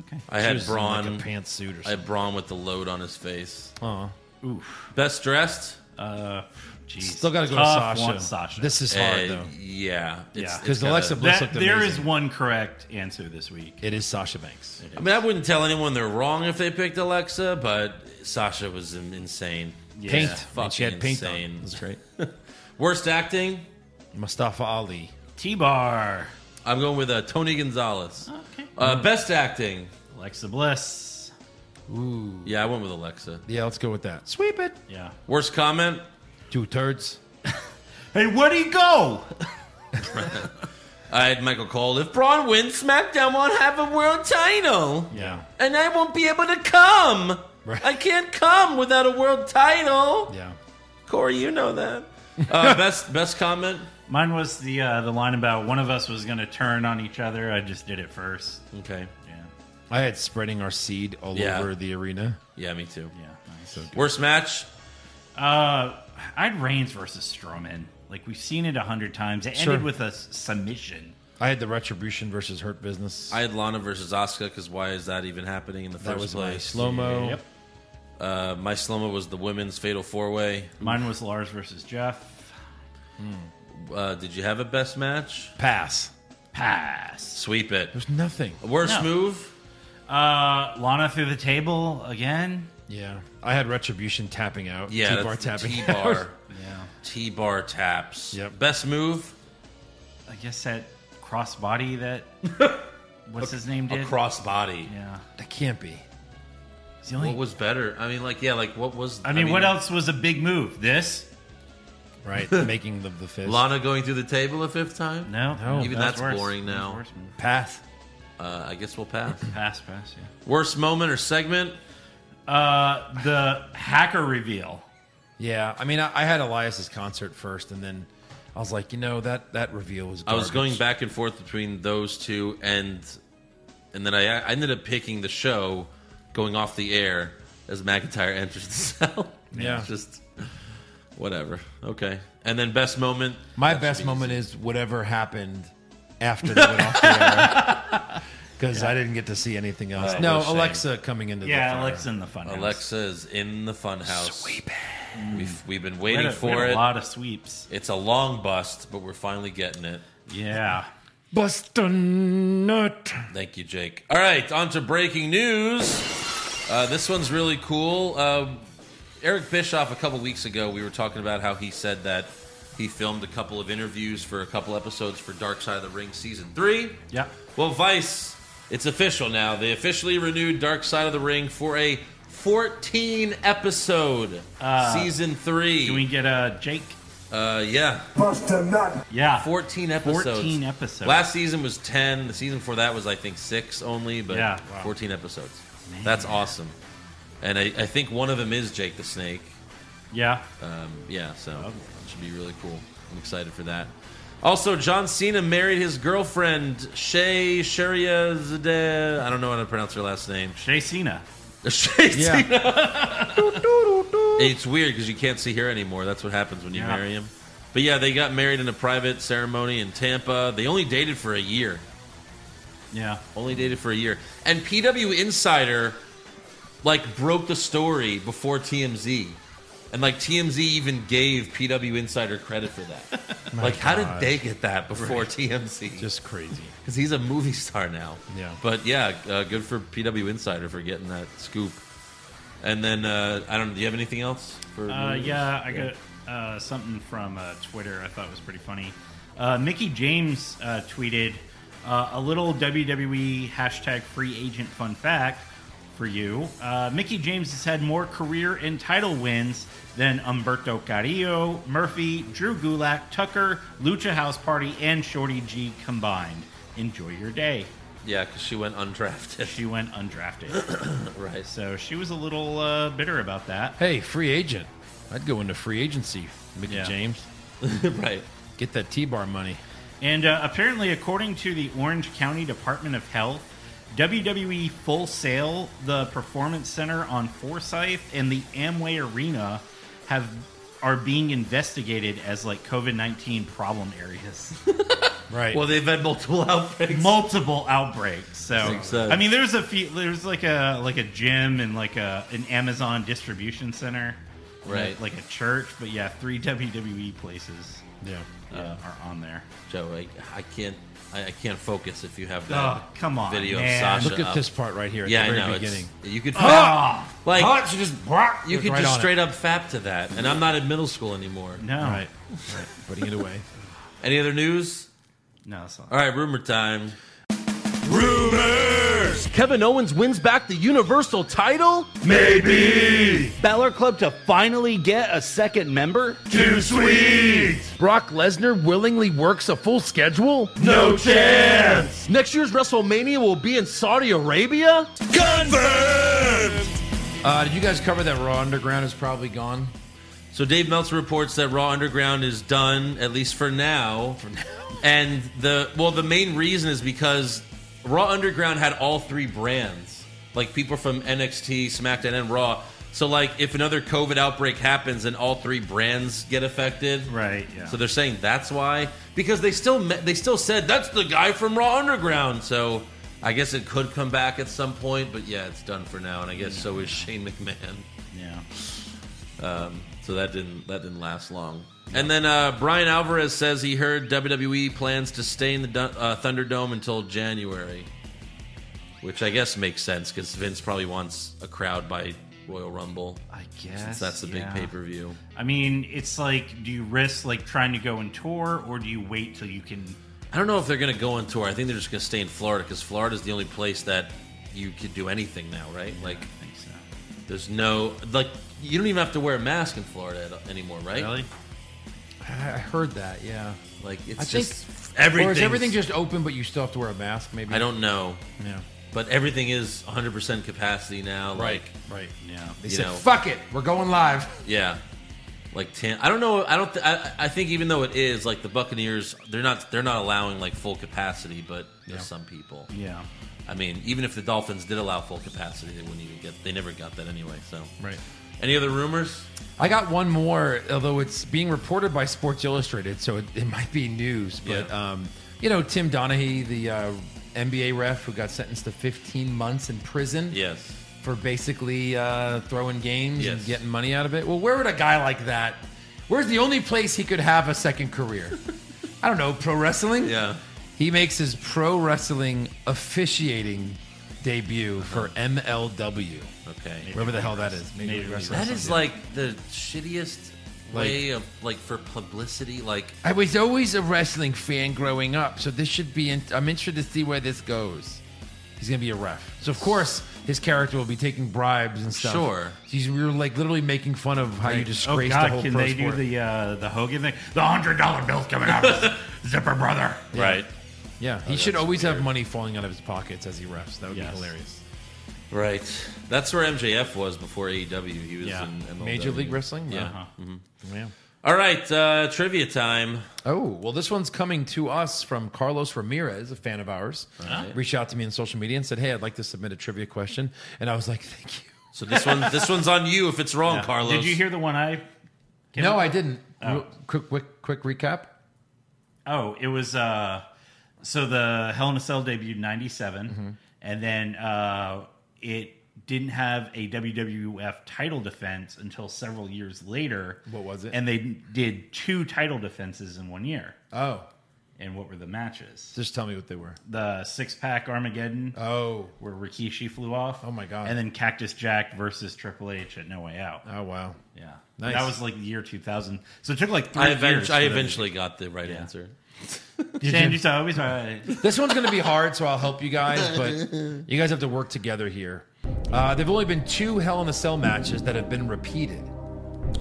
E: Okay.
C: I
D: She
C: had
D: was in, like,
C: Braun.
D: a pantsuit or
C: I
D: something.
C: had Braun with the load on his face.
D: Aw.
C: Best dressed?
E: Uh, geez.
D: Still got to go to
E: Tough
D: Sasha.
E: one, Sasha.
D: This is
C: Eh,
D: hard though.
C: Yeah.
E: Yeah.
D: Because
C: kinda-
D: Alexa Bliss
E: that,
D: looked
E: there is
D: amazing.
E: one correct answer this week.
D: It is Sasha Banks.
C: I mean, I wouldn't tell anyone they're wrong if they picked Alexa, but Sasha was in- insane.
D: Paint.
C: Yeah,
D: I mean, she had
C: fucking
D: paint on.
C: insane.
D: It was great.
C: Worst acting?
D: Mustafa Ali.
E: T Bar.
C: I'm going with uh, Tony Gonzalez.
D: Oh.
E: Okay.
C: Uh, best acting?
E: Alexa Bliss.
D: Ooh.
C: Yeah, I went with Alexa.
D: Yeah, let's go with that. Sweep it.
E: Yeah.
C: Worst comment?
D: Two thirds.
E: Hey, where'd he go?
C: I had Michael Cole. If Braun wins, SmackDown won't have a world title.
D: Yeah.
C: And I won't be able to come.
D: Right.
C: I can't come without a world title.
D: Yeah.
C: Corey, you know that. Uh, best best comment.
E: Mine was the uh, the line about one of us was going to turn on each other. I just did it first.
C: Okay.
E: Yeah.
D: I had spreading our seed all
C: Yeah.
D: over the arena.
C: Yeah, me too.
E: Yeah. Nice.
C: Worst match.
E: Uh, I'd Reigns versus Strowman. Like we've seen it a hundred times. It
D: Sure.
E: ended with a s- submission.
D: I had the retribution versus hurt business.
C: I had Lana versus Asuka because why is that even happening in the
D: that
C: first
D: was my
C: place?
D: slow mo.
E: Yep.
C: uh, my slow was the women's fatal four way.
E: Mine was Lars versus Jeff.
C: Uh, did you have a best match?
D: Pass.
E: Pass.
C: Sweep it.
D: There's nothing.
E: No.
C: Worst move.
E: Uh, Lana through the table again.
D: Yeah. I had retribution tapping out.
C: Yeah,
D: T bar
C: that's the
D: tapping.
C: T-bar.
D: out.
E: Yeah.
C: T bar taps.
D: Yep.
C: Best move.
E: I guess that crossbody that what's his name
C: A
E: did.
C: crossbody.
E: yeah.
D: That can't be.
E: It's the only-
C: What was better? I mean, like, yeah, like what was?
E: I mean, what else was a big move? This
D: right? The making of the fist.
C: Lana going through the table a fifth time?
E: No, no,
C: Even
E: that was
C: that's
E: worse.
C: boring
E: That was
C: now.
E: worse, man.
D: Path.
C: Uh, I guess we'll pass.
E: Pass, pass, yeah.
C: Worst moment or segment?
E: Uh, the hacker reveal.
D: Yeah, I mean, I, I had Elias's concert first, and then I was like, you know, that that reveal was.
C: I was
D: garbage.
C: going back and forth between those two, and and then I, I ended up picking the show going off the air as McIntyre enters the cell.
D: Yeah.
C: It's just whatever. Okay, and then best moment.
D: My best moment is whatever happened after they went off the because I didn't get to see anything else.
C: Oh,
D: no,
C: what a shame.
D: Alexa coming into the
E: Yeah,
D: fire.
E: Alex in the fun. house.
C: Alexa is in the funhouse. Sweep We've we've been
E: We had
C: waiting
E: a- we
C: for
E: had
C: it.
E: A lot of sweeps.
C: It's a long bust, but we're finally getting it.
E: Yeah.
D: Bust a nut.
C: Thank you, Jake. All right, on to breaking news. Uh, this one's really cool. Um, Eric Bischoff, a couple weeks ago, we were talking about how he said that he filmed a couple of interviews for a couple episodes for Dark Side of the Ring Season 3.
E: Yeah.
C: Well, Vice, it's official now. They officially renewed Dark Side of the Ring for a 14 episode Season 3.
E: Can Uh, we get a Jake?
C: uh, yeah,
I: Bust a nut.
E: Yeah.
C: 14 episodes.
E: 14 episodes.
C: Last season was 10. The season before that was, I think, six only, but
E: Yeah.
C: 14 episodes. That's awesome. And I, I think one of them is Jake the Snake.
E: Yeah.
C: Um, yeah, so
E: Oh.
C: it should be really cool. I'm excited for that. Also, John Cena married his girlfriend, Shay Sheriazade. I don't know how to pronounce her last name.
E: Jay Cena.
C: Shay
D: Yeah.
C: Cena. It's weird because you can't see her anymore. That's what happens when you
E: Yeah.
C: marry him. But yeah, they got married in a private ceremony in Tampa. They only dated for a year.
E: Yeah.
C: Only dated for a year. And PW Insider like broke the story before TMZ. And like TMZ even gave PW Insider credit for that. like, how did they get that before TMZ?
D: Just crazy.
C: because he's a movie star now.
D: Yeah.
C: But yeah, uh, good for PW Insider for getting that scoop. And then uh, I don't. Do you have anything else? For
E: Uh,
C: news?
E: yeah, I got uh, something from uh, Twitter I thought was pretty funny. Uh, Mickey James uh, tweeted uh, a little WWE hashtag free agent fun fact for you. Uh, Mickey James has had more career and title wins than Umberto Carrillo, Murphy, Drew Gulak, Tucker, Lucha House Party, and Shorty G combined. Enjoy your day.
C: Yeah, because she went undrafted.
E: She went undrafted.
C: right.
E: so she was a little uh, bitter about that.
D: Hey, free agent. I'd go into free agency, Mickey
E: Yeah.
D: James.
C: right.
D: Get that T bar money.
E: And uh, apparently, according to the Orange County Department of Health, WWE Full Sail, the Performance Center on Forsyth, and the Amway Arena have are being investigated as like COVID nineteen problem areas.
D: Right.
C: Well, they've had multiple outbreaks.
E: Multiple outbreaks. So
C: Makes sense.
E: I mean, there's a few. There's like a like a gym and like a an Amazon distribution center, and a-
C: Right.
E: Like a church, but yeah, three WWE places
D: yeah.
E: uh, are on there.
C: Joe, I, I can't. I, I can't focus if you have that
E: Oh,
D: Ah,
E: come on,
C: video
E: man.
C: of Sasha.
D: Look at
C: up.
D: this part right here at
C: Yeah,
D: the
C: I
D: very
C: know. it's-
D: beginning.
C: you could
E: Ah!
C: like
D: Hot, she just brought-
C: you
D: looked
C: could
D: right
C: just
D: on it.
C: straight up fap to that. And I'm not in middle school anymore.
E: No,
D: Right. right. Putting it away.
C: Any other news?
E: no, that's not.
C: All right, rumor time.
G: Rumors!
J: Kevin Owens wins back the Universal title?
G: Maybe!
J: Balor Club to finally get a second member?
G: Too sweet!
J: Brock Lesnar willingly works a full schedule?
G: No chance!
J: Next year's WrestleMania will be in Saudi Arabia?
G: Confirmed!
D: Uh, did you guys cover that Raw Underground is probably gone?
C: So Dave Meltzer reports that Raw Underground is done, at least for now. For now. And the well, the main reason is because Raw Underground had all three brands, like people from NXT, SmackDown, and Raw. So like, if another COVID outbreak happens, and all three brands get affected,
E: Right, yeah.
C: So they're saying that's why, because they still me- they still said that's the guy from Raw Underground. So I guess it could come back at some point, but yeah, it's done for now. And I guess so is Shane McMahon.
E: Yeah.
C: So that didn't that didn't last long. And then uh, Brian Alvarez says he heard WWE plans to stay in the Dun- uh, Thunderdome until January, which I guess makes sense because Vince probably wants a crowd by Royal Rumble
E: I
C: since
E: guess
C: that's the
E: yeah.
C: big pay per view.
E: I mean, it's like, do you risk like trying to go and tour, or do you wait till you can?
C: I don't know if they're going to go on tour. I think they're just going to stay in Florida because Florida is the only place that you could do anything now, right? Like,
E: I think so.
C: there's no like you don't even have to wear a mask in Florida at- anymore, right?
E: Really?
C: I
D: I heard that. Yeah.
C: Like it's
D: I
C: just
D: Or
C: everything's-
D: is everything just open, but you still have to wear a mask? Maybe.
C: I don't know.
D: Yeah.
C: But everything is 100% capacity now.
D: Right,
C: Like,
D: right.
E: Yeah.
D: They
C: you
D: said,
C: know,
D: "Fuck it, we're going live."
C: Yeah. Like ten, I don't know. I don't. Th- I, I think even though it is like the Buccaneers, they're not. They're not allowing like full capacity, but there's some people.
E: Yeah.
C: I mean, even if the Dolphins did allow full capacity, they wouldn't even get. They never got that anyway. So.
D: Right.
C: Any other rumors?
D: I got one more, although it's being reported by Sports Illustrated, so it, it might be news. But um, you know, Tim Donaghy, the uh, NBA ref who got sentenced to 15 months in prison.
C: Yes.
D: For basically uh, throwing games
C: Yes.
D: and getting money out of it. Well, where would a guy like that? Where's the only place he could have a second career? I don't know, pro wrestling.
C: Yeah.
D: He makes his pro wrestling officiating debut for MLW.
C: Okay.
D: Whatever the hell that is. Maybe,
E: Maybe
D: wrestling.
C: That is like the shittiest
D: Like-
C: way of like for publicity. Like
D: I was always a wrestling fan growing up, so this should be. In, I'm interested to see where this goes. He's gonna be a ref, so of course his character will be taking bribes and stuff.
C: Sure.
D: he's we were like literally making fun of how you
E: Oh
D: disgrace the
E: God!
D: whole
E: Can
D: pro
E: they
D: sport.
E: do the uh, the Hogan thing?
F: The hundred dollar bill's coming out of his zipper, brother.
C: right,
D: yeah, he should always have money falling out of his pockets as he refs. That would
E: Oh, Yes.
D: be hilarious.
C: right. That's where MJF was before AEW. He was
E: Yeah.
C: in MLW.
D: Major League Wrestling.
C: Yeah. Mm-hmm.
E: Uh-huh.
D: yeah.
C: All right. Uh, trivia time.
D: Oh well, this one's coming to us from Carlos Ramirez, a fan of ours. Reached out to me on social media and said, "Hey, I'd like to submit a trivia question," and I was like, "Thank you."
C: So this one, this one's on you if it's wrong, Carlos.
E: Did you hear the one I?
D: no, I didn't. Real- Quick, quick, quick recap.
E: Oh, it was. Uh, so the Hell in a Cell debuted in '97,
D: Mm-hmm.
E: and then uh, it didn't have a WWF title defense until several years later.
D: What was it?
E: And they did two title defenses in one year.
D: Oh,
E: And what were the matches?
D: Just tell me what they were.
E: The six pack Armageddon,
D: Oh.
E: where Rikishi flew off.
D: Oh my God.
E: And then Cactus Jack versus Triple H at No Way Out.
D: Oh wow.
E: Yeah,
D: Nice.
E: that was like the year 2000. So it took like three
C: I,
E: years.
C: event- I
E: for them.
C: eventually got the right answer.
E: Shan, you saw- we saw-
D: This one's gonna be hard, so I'll help you guys, but you guys have to work together here. Uh, there've only been two Hell in a Cell matches that have been repeated.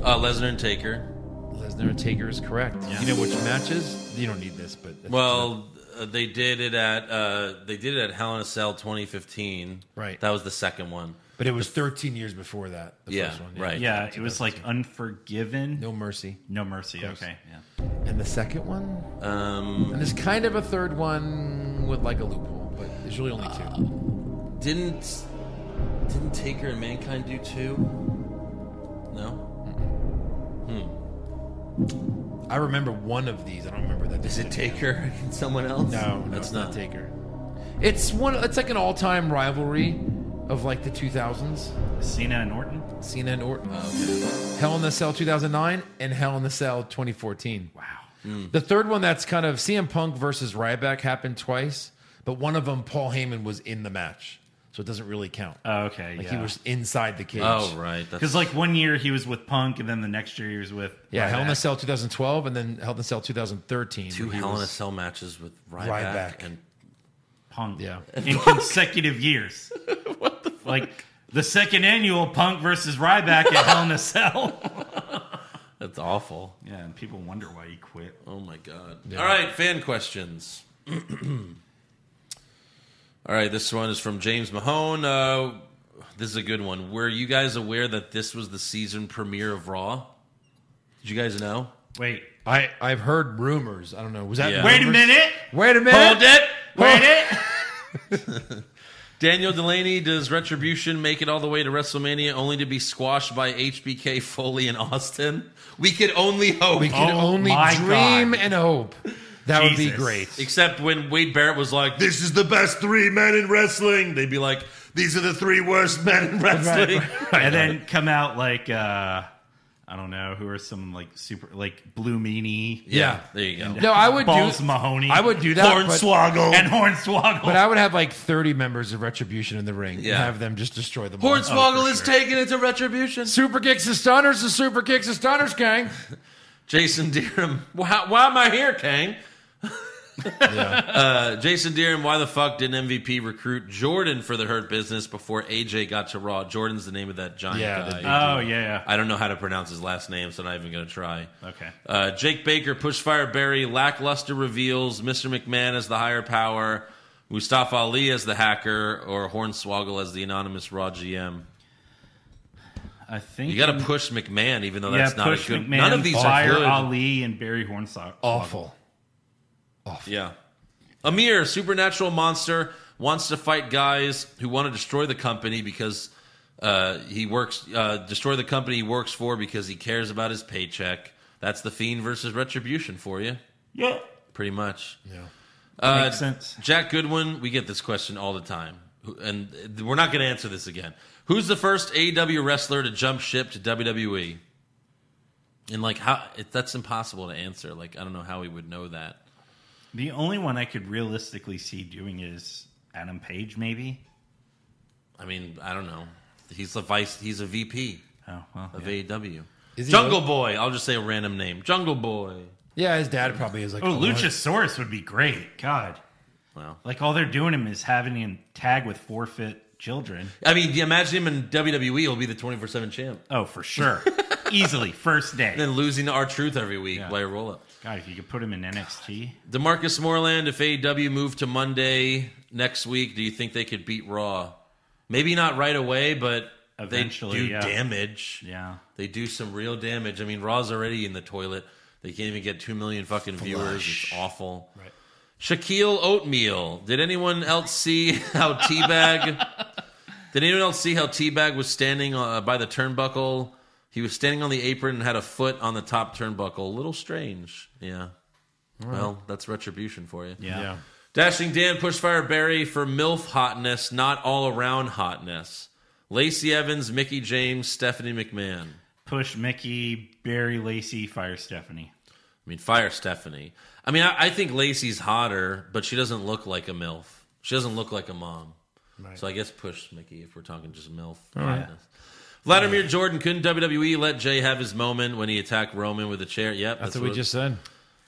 C: Uh, Lesnar and Taker.
D: Lesnar and Taker is correct. You know which matches? You don't need this, but that's-
C: Well, uh, they did it at uh, they did it at Hell in a Cell 2015.
D: Right.
C: That was the second one.
D: but it was 13 years before that. The
C: Yeah,
D: first one,
C: right.
E: Yeah, it was like Unforgiven.
D: No mercy.
E: No mercy. Okay. Yeah.
D: And the second one,
C: Um,
D: and there's kind of a third one with like a loophole, but there's really only two.
C: didn't didn't Taker and Mankind do two? No.
D: I remember one of these. I don't remember that.
C: Is it Taker and someone else?
D: No,
C: that's
D: no,
C: not,
D: not
C: Taker.
D: Taker. It's one. It's like an all-time rivalry of like the 2000s.
E: Cena and Orton.
D: Cena and Orton. Hell in the Cell 2009 and Hell in the Cell 2014. Wow. The third one that's kind of CM Punk versus Ryback happened twice, but one of them Paul Heyman was in the match, so it doesn't really count.
E: Oh, okay.
D: like he
E: yeah.
D: was inside the cage.
C: Oh right. That's,
E: because like one year he was with Punk, and then the next year he was with
D: Yeah, Hell in a
E: Ryback.
D: Cell 2012 and then Hell in a Cell 2013.
C: two
D: where he
C: Hell in a
D: was-
C: Cell matches with Ryback,
D: Ryback.
C: and
E: Punk.
D: Yeah.
E: In consecutive years. what the fuck? Like the second annual Punk versus Ryback at Hell in a Cell.
C: that's awful.
E: Yeah, and people wonder why he quit.
C: Oh my god. All right, fan questions. All right, this one is from James Mahone. Uh, this is a good one. Were you guys aware that this was the season premiere of Raw? Did you guys know?
E: Wait.
D: I I've heard rumors. I don't know. Was that
C: Yeah.
E: Wait a
D: rumors?
E: minute.
D: Wait a minute.
C: Hold it.
E: Wait it.
C: Daniel Delaney does Retribution make it all the way to WrestleMania only to be squashed by HBK Foley and Austin? We could only hope.
D: We can
E: Oh
D: only
E: my
D: dream
E: God.
D: and hope. That would be
E: Jesus.
D: great.
C: Except when Wade Barrett was like,
G: This is the best three men in wrestling.
C: they'd be like,
G: These are the three worst men in wrestling.
E: and then come out like uh I don't know who are some like super like Blue Meanie
C: yeah, there you go.
D: No, I would
E: Balls
D: do
E: Mahoney.
D: I would do that. But,
G: Hornswoggle.
E: and Hornswoggle.
D: but I would have like 30 members of Retribution in the ring
C: Yeah.
D: and have them just destroy the ball.
C: Hornswoggle is taking it to Retribution.
D: Super kicks and stunners, the super kicks and stunners, gang.
C: Jason Deerham. Why, why am I here, Kang? Uh, Jason Deeran, why the fuck didn't MVP recruit Jordan for the Hurt Business before AJ got to Raw? Jordan's the name of that giant
E: Yeah, they
C: guy.
E: did. Oh, yeah, yeah.
C: I don't know how to pronounce his last name, so I'm not even going to try.
E: Okay.
C: Uh, Jake Baker, Pushfire Barry, lackluster reveals Mr. McMahon as the higher power, Mustafa Ali as the hacker, or Hornswoggle as the anonymous Raw GM.
E: I think
C: You got to push McMahon, even though
E: yeah,
C: that's not
E: push
C: a good.
E: McMahon,
C: none of these
E: fire
C: are good. Oh.
E: Ali and Barry Hornsock.
D: Awful.
C: Yeah. Amir, supernatural monster, wants to fight guys who want to destroy the company because uh, he works, uh, destroy the company he works for because he cares about his paycheck. That's the Fiend versus Retribution for you,
G: Yeah.
C: pretty much.
D: Yeah.
C: Uh,
E: Makes sense.
C: Jack Goodwin, we get this question all the time, Who- and we're not going to answer this again. Who's the first AEW wrestler to jump ship to WWE? And like, how it, that's impossible to answer. Like, I don't know how we would know that.
E: The only one I could realistically see doing is Adam Page, maybe.
C: I mean, I don't know. He's a vice. He's a VP
E: Oh well,
C: of
E: yeah.
C: AEW.
D: Is he
C: Jungle Boy. I'll just say a random name. Jungle Boy.
D: Yeah, his dad probably is like.
E: oh,
D: "I want-
E: Luchasaurus would be great. God,
C: Wow.
E: like all they're doing him is having him tag with forfeit children.
C: I mean, you imagine him in WWE. He'll be the twenty four seven champ.
E: Oh, for sure, easily first day.
C: And then losing to our truth every week by a roll up.
E: God, if you could put him in NXT,
C: Demarcus Moreland. If AEW moved to Monday next week, do you think they could beat Raw? Maybe not right away, but
E: Eventually,
C: they do
E: yeah.
C: damage.
E: yeah,
C: They do some real damage. I mean, Raw's already in the toilet. They can't even get two million fucking viewers. It's awful. Right. Shaquille Oatmeal. Did anyone else see how Teabag? did anyone else see how Teabag was standing uh, by the turnbuckle? He was standing on the apron and had a foot on the top turnbuckle. A little strange. Yeah. Well, that's retribution for you.
E: yeah,
D: Yeah.
C: Dashing Dan, Pushfire Barry for MILF hotness, not all around hotness. Lacey Evans, Mickey James, Stephanie McMahon.
E: Push Mickey, Barry Lacey, fire Stephanie.
C: I mean, fire Stephanie. I mean, I, I think Lacey's hotter, but she doesn't look like a MILF. She doesn't look like a mom. So I guess push Mickey if we're talking just MILF. hotness. Vladimir Jordan couldn't WWE let Jay have his moment when he attacked Roman with a chair. Yep,
A: That's what we just said.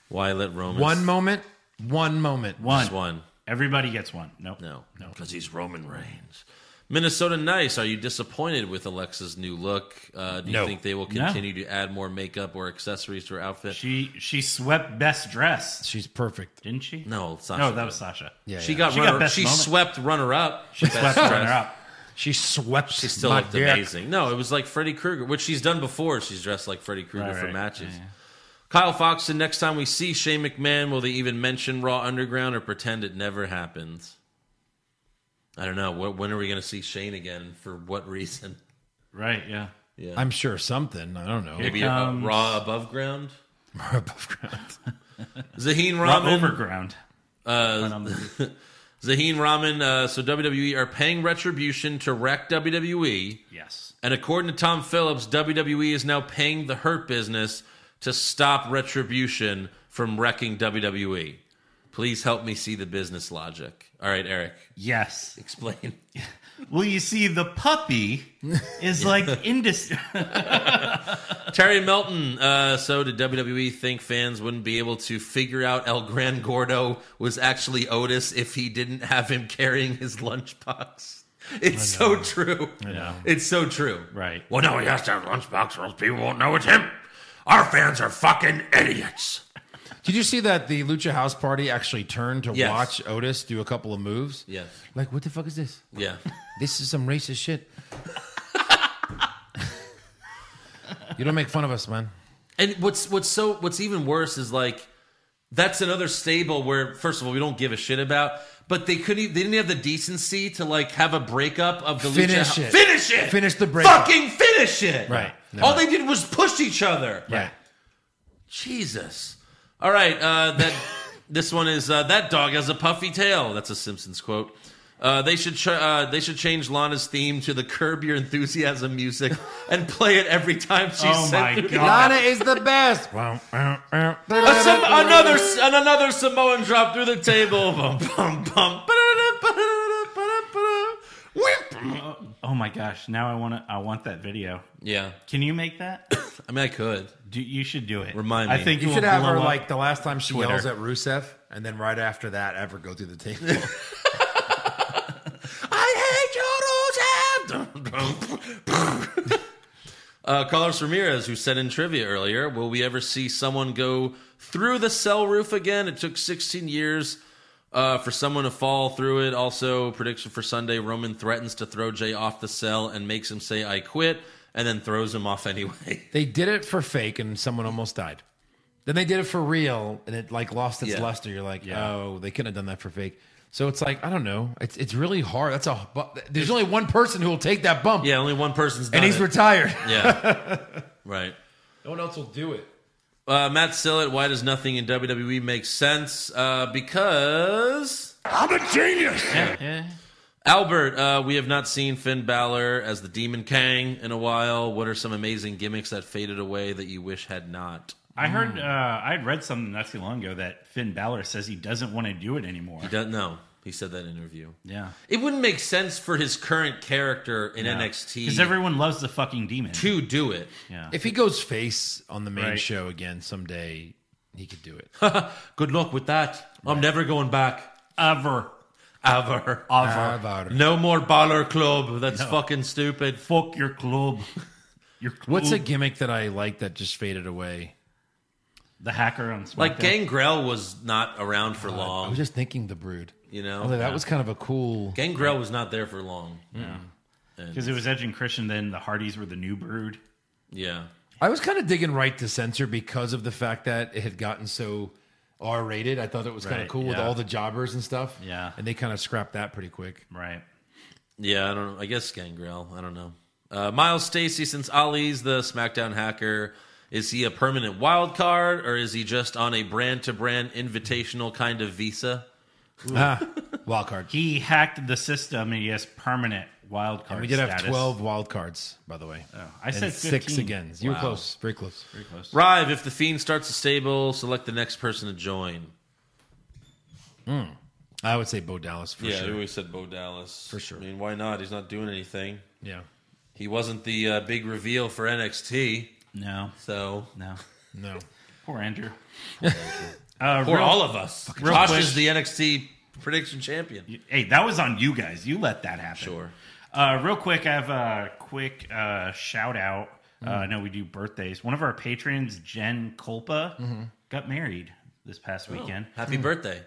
C: Why let Roman?
D: One moment. One moment.
E: One.
C: Just one.
E: Everybody gets one. Nope.
C: No, no, because he's Roman Reigns. Minnesota Nice, are you disappointed with Alexa's new look? Uh, do you
D: No.
C: think they will
E: No.
C: continue to add more makeup or accessories to her outfit?
E: She she swept best dress,
D: She's perfect.
E: didn't she?
C: no, Sasha.
E: No, that was Sasha.
D: Yeah.
C: She
D: yeah.
C: got
E: She got
C: runner.
E: best
C: she
E: moment.
C: swept runner up.
E: She swept runner up.
A: She swept.
C: She still
A: my
C: looked
A: dick.
C: amazing. No, it was like Freddy Krueger, which she's done before. She's dressed like Freddy Krueger
E: Right,
C: for
E: right.
C: matches. Kyle Fox, and next time we see Shane McMahon, will they even mention Raw Underground or pretend it never happens? I don't know. Wh- When are we going to see Shane again? For what reason?
E: Right. Yeah.
D: I'm sure something. I don't know.
C: Maybe uh,
E: comes-
C: Raw above ground?
D: We're above ground.
C: Zaheen
E: Not
C: Rahman.
E: overground. Uh,
C: Zaheen Rahman. Uh, so WWE are paying retribution to wreck WWE.
E: yes.
C: And according to Tom Phillips, WWE is now paying the Hurt Business to stop Retribution from wrecking WWE. Please help me see the business logic. All right, Eric,
E: Yes.
C: explain.
E: Well, you see, the puppy is like indis.
C: Terry Melton. Uh, so, did WWE think fans wouldn't be able to figure out El Gran Gordo was actually Otis if he didn't have him carrying his lunchbox? It's so true. It's so true.
E: right.
F: Well, no, he has to have lunchbox, or else people won't know it's him. Our fans are fucking idiots.
D: Did you see that the Lucha House Party actually turned to
C: Yes.
D: watch Otis do a couple of moves?
C: Yes.
D: Like, what the fuck is this?
C: Yeah.
D: This is some racist shit. you don't make fun of us, man.
C: And what's what's so what's even worse is like that's another stable where first of all we don't give a shit about, but they couldn't e- they didn't have the decency to like have a breakup of the
D: Finish
C: Lucha
D: it.
C: finish it
D: Finish the breakup.
C: fucking finish it
D: Right. No.
C: all they did was push each other
D: Right.
C: Jesus all right uh, that this one is uh, that dog has a puffy tail that's a Simpsons quote. Uh, they should ch- uh, they should change Lana's theme to the Curb Your Enthusiasm music and play it every time she's
E: Oh
C: sent
E: my
C: through the-
E: god.
D: is the best.
C: a Sam- another and another Samoan drop through the table. Bum, bum, bum. Ba-da-da, ba-da-da, ba-da-da, ba-da-da. Whip.
E: Oh my gosh! Now I want to. I want that video.
C: Yeah.
E: Can you make that?
C: I mean, I could.
E: Do, you should do it.
C: Remind
E: I
C: me.
E: think
D: You
E: it
D: should
E: will
D: have
E: blow
D: her
E: up.
D: like the last time she
E: Twitter.
D: yells at Rusev, and then right after that, have her go through the table.
C: I hate you, Rusev. uh, Carlos Ramirez, who said in trivia earlier, will we ever see someone go through the cell roof again? It took 16 years uh, for someone to fall through it. Also, prediction for Sunday: Roman threatens to throw Jay off the cell and makes him say "I quit," and then throws him off anyway.
D: they did it for fake, and someone almost died. Then they did it for real, and it like lost its
C: Yeah.
D: luster. You're like, oh, they couldn't have done that for fake. So it's like I don't know. It's it's really hard. That's a bu- there's only one person who will take that bump,
C: yeah, only one person's done
D: and he's
C: it.
D: retired.
C: yeah, right.
D: No one else will do it.
C: Uh, Matt Sillett, why does nothing in WWE make sense? Uh, because
F: I'm a genius.
E: Yeah.
C: Albert, uh, we have not seen Finn Balor as the Demon Kang in a while. What are some amazing gimmicks that faded away that you wish had not?
E: I
D: Mm.
E: heard. Uh, I had read something not too long ago that Finn Balor says he doesn't want to do it anymore.
C: He doesn't know. He said that in an interview.
E: Yeah.
C: It wouldn't make sense for his current character in
E: Because
C: NXT
E: everyone loves the fucking demon.
C: to do it.
E: Yeah.
D: If he goes face on the main
E: Right.
D: show again someday, he could do it.
C: Good luck with that. I'm never going back.
E: Ever.
C: Ever.
E: Ever.
C: No more Baller Club. That's fucking stupid.
E: Fuck your club. Your club.
D: What's a gimmick that I like that just faded away?
E: the hacker on SmackDown?
C: Like Gangrel was not around for
D: Uh, I
C: long.
D: was just thinking the Brood.
C: you
D: I was like,
C: know,
D: that was kind of a cool.
C: Gangrel was not there for long.
E: Because it was Edge and Christian, then the Hardys were the new brood.
C: Yeah.
D: I was kind of digging right to censor because of the fact that it had gotten so R rated. I thought it was kind
E: Right,
D: of cool with
E: yeah.
D: all the jobbers and stuff.
E: Yeah.
D: and they kind of scrapped that pretty quick.
E: Right.
C: Yeah, I don't know. I guess Gangrel. I don't know. Uh, Miles Stacy, since Ali's the SmackDown hacker, is he a permanent wild card or is he just on a brand to brand invitational kind of visa?
D: Ah, wild card.
E: He hacked the system and he has permanent wild card.
D: And we did have
E: status. Oh,
D: twelve wild cards, by the way.
E: I said
D: and six
E: 15.
D: again. You were close, very close.
C: Rive, if the Fiend starts a stable, select the next person to join.
D: I would say Bo Dallas for
C: yeah,
D: sure.
C: we always said Bo Dallas. For
D: sure.
C: I mean, why not? He's not doing anything.
D: yeah,
C: He wasn't the uh, big reveal for NXT,
E: No,
C: so.
E: no.
D: no.
E: Poor Andrew. uh,
C: For
E: real-
C: all of us.
E: real
C: Josh
E: quick.
C: is the NXT prediction champion.
E: Hey, that was on you guys. You let that happen.
C: Sure.
E: Uh, real quick, I have a quick uh, shout out.
D: Mm-hmm.
E: Uh, I know we do birthdays. One of our patrons, Jen Culpa,
D: Mm-hmm.
E: got married this past weekend.
C: Happy birthday.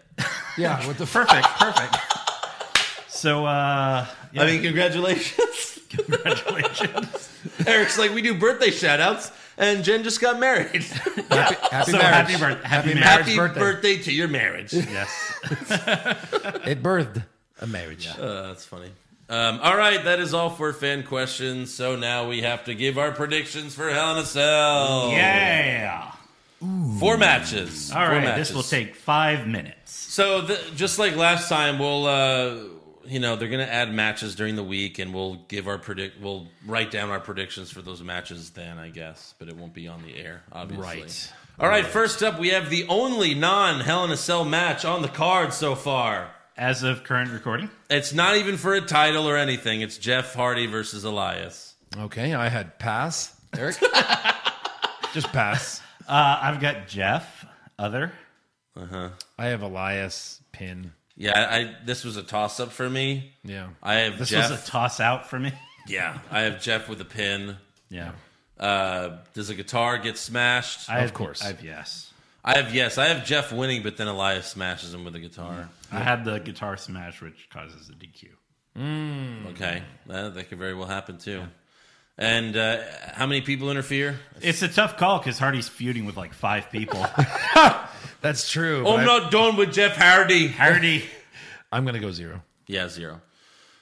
D: Yeah, what the f-
E: Perfect, perfect. So, uh, yeah,
C: I mean, congratulations.
E: congratulations.
C: Eric's like, we do birthday shout outs, and Jen just got married.
D: happy, happy
E: so
D: marriage.
E: happy birthday, happy,
D: Happy
E: marriage.
C: Happy birthday.
D: birthday.
C: to your marriage.
E: Yes.
D: It birthed a marriage.
C: Uh, that's funny. Um, all right, that is all for fan questions. So now we have to give our predictions for Hell in a Cell.
E: Yeah.
C: Four matches.
E: All
C: Four
E: right.
C: matches.
E: This will take five minutes.
C: So th- just like last time, we'll uh, you know they're gonna add matches during the week, and we'll give our predict. We'll write down our predictions for those matches then, I guess. But it won't be on the air, obviously.
D: Right.
C: All right. First up, we have the only non Hell in a Cell match on the card so far.
E: As of current recording,
C: It's not even for a title or anything. It's Jeff Hardy versus Elias.
D: Okay, I had pass. Eric, just pass.
E: uh, I've got Jeff. Other.
D: I have Elias pin.
C: Yeah, I, this was a toss up for me.
D: Yeah.
C: I have
E: This
C: Jeff.
E: was a toss out for me.
C: yeah, I have Jeff with a pin.
E: Yeah.
C: Uh, does a guitar get smashed?
E: I have,
D: course.
E: I have yes.
C: I have yes, I have Jeff winning, but then Elias smashes him with a guitar.
E: I had the guitar smash, which causes a DQ. Mm-hmm.
C: Okay, that, that could very well happen too. And uh, how many people interfere?
E: It's a tough call because Hardy's feuding with like five people.
D: That's true. but
E: Oh,
C: I'm
D: I-
C: not done with Jeff Hardy.
E: Hardy.
D: I'm gonna go zero.
C: Yeah, zero.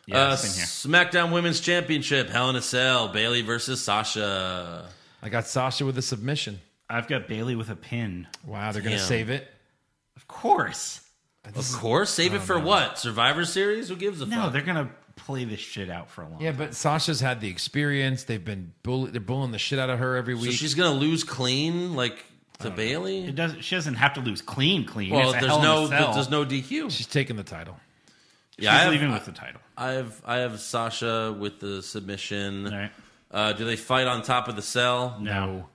E: Yeah,
C: uh,
E: it's been here.
C: SmackDown Women's Championship: Hell in a Cell, Bailey versus Sasha.
D: I got Sasha with a submission.
E: I've got Bailey with a pin.
D: Wow, they're gonna
C: Damn.
D: save it.
E: Of course.
C: Of course, save it for what? Survivor Series? Who gives a
E: Oh, No,
C: fuck?
E: they're gonna play this shit out for a long.
D: Yeah, but Sasha's had the experience. They've been bully- they're bullying the shit out of her every
C: So
D: week.
C: she's gonna lose clean, like to Bailey.
E: It doesn't. She doesn't have to lose clean, clean.
C: Well,
E: It's a
C: there's
E: Hell in a
C: no,
E: Cell.
C: there's no DQ.
D: She's taking the title.
E: She's
C: I have-
E: leaving
C: I-
E: with the title.
C: I have I have Sasha with the submission. Uh, do they fight on top of the cell?
E: No.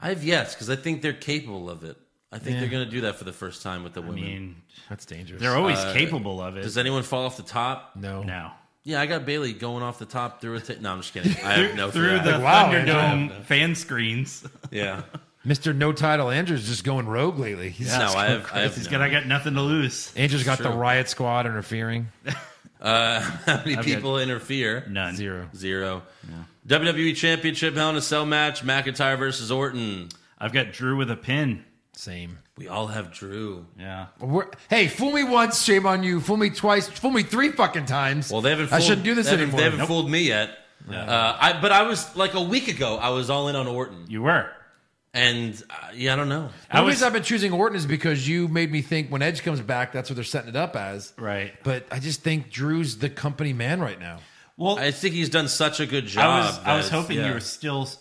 C: I have yes because I think they're capable of it. I think
E: Yeah.
C: they're going to do that for the first time with the women.
E: mean,
D: That's dangerous.
E: They're always
C: Uh,
E: capable of it.
C: Does anyone fall off the top?
D: No.
E: No.
C: Yeah, I got Bailey going off the top through a. T- no, I'm just kidding. I have no for
E: through
C: that.
E: the Thunderdome
D: Andrew.
E: fan screens.
C: Yeah.
D: Mr. No Title Andrew's just going rogue lately. He's
C: No,
D: just
C: Oh, I
D: going
C: have- I have
D: crazy.
E: He's got I got nothing to lose.
D: Andrew's got the
C: True.
D: riot squad interfering.
C: Uh, how many
E: I've got-
C: people interfere?
E: None.
D: Zero.
C: Zero. WWE Championship Hell in a Cell match: McIntyre versus Orton.
E: I've got Drew with a pin.
D: Same.
C: We all have Drew.
E: Yeah.
D: We're, hey, fool me once, shame on you. Fool me twice, fool me three fucking times.
C: Well, they haven't.
D: I
C: Fooled,
D: shouldn't do this
C: they haven't-
D: anymore.
C: They haven't fooled me yet. Uh, I, but I was like a week ago. I was all in on Orton,
E: You were.
C: and uh, yeah, I don't know.
D: The
E: I
D: only
E: was
D: reason I've been choosing Orton is because you made me think when Edge comes back, that's what they're setting it up as.
E: right.
D: But I just think Drew's the company man right now.
E: Well,
C: I think he's done such a good job.
E: I was I
C: that
E: was
C: it's-
E: hoping
C: yeah.
E: you were still s-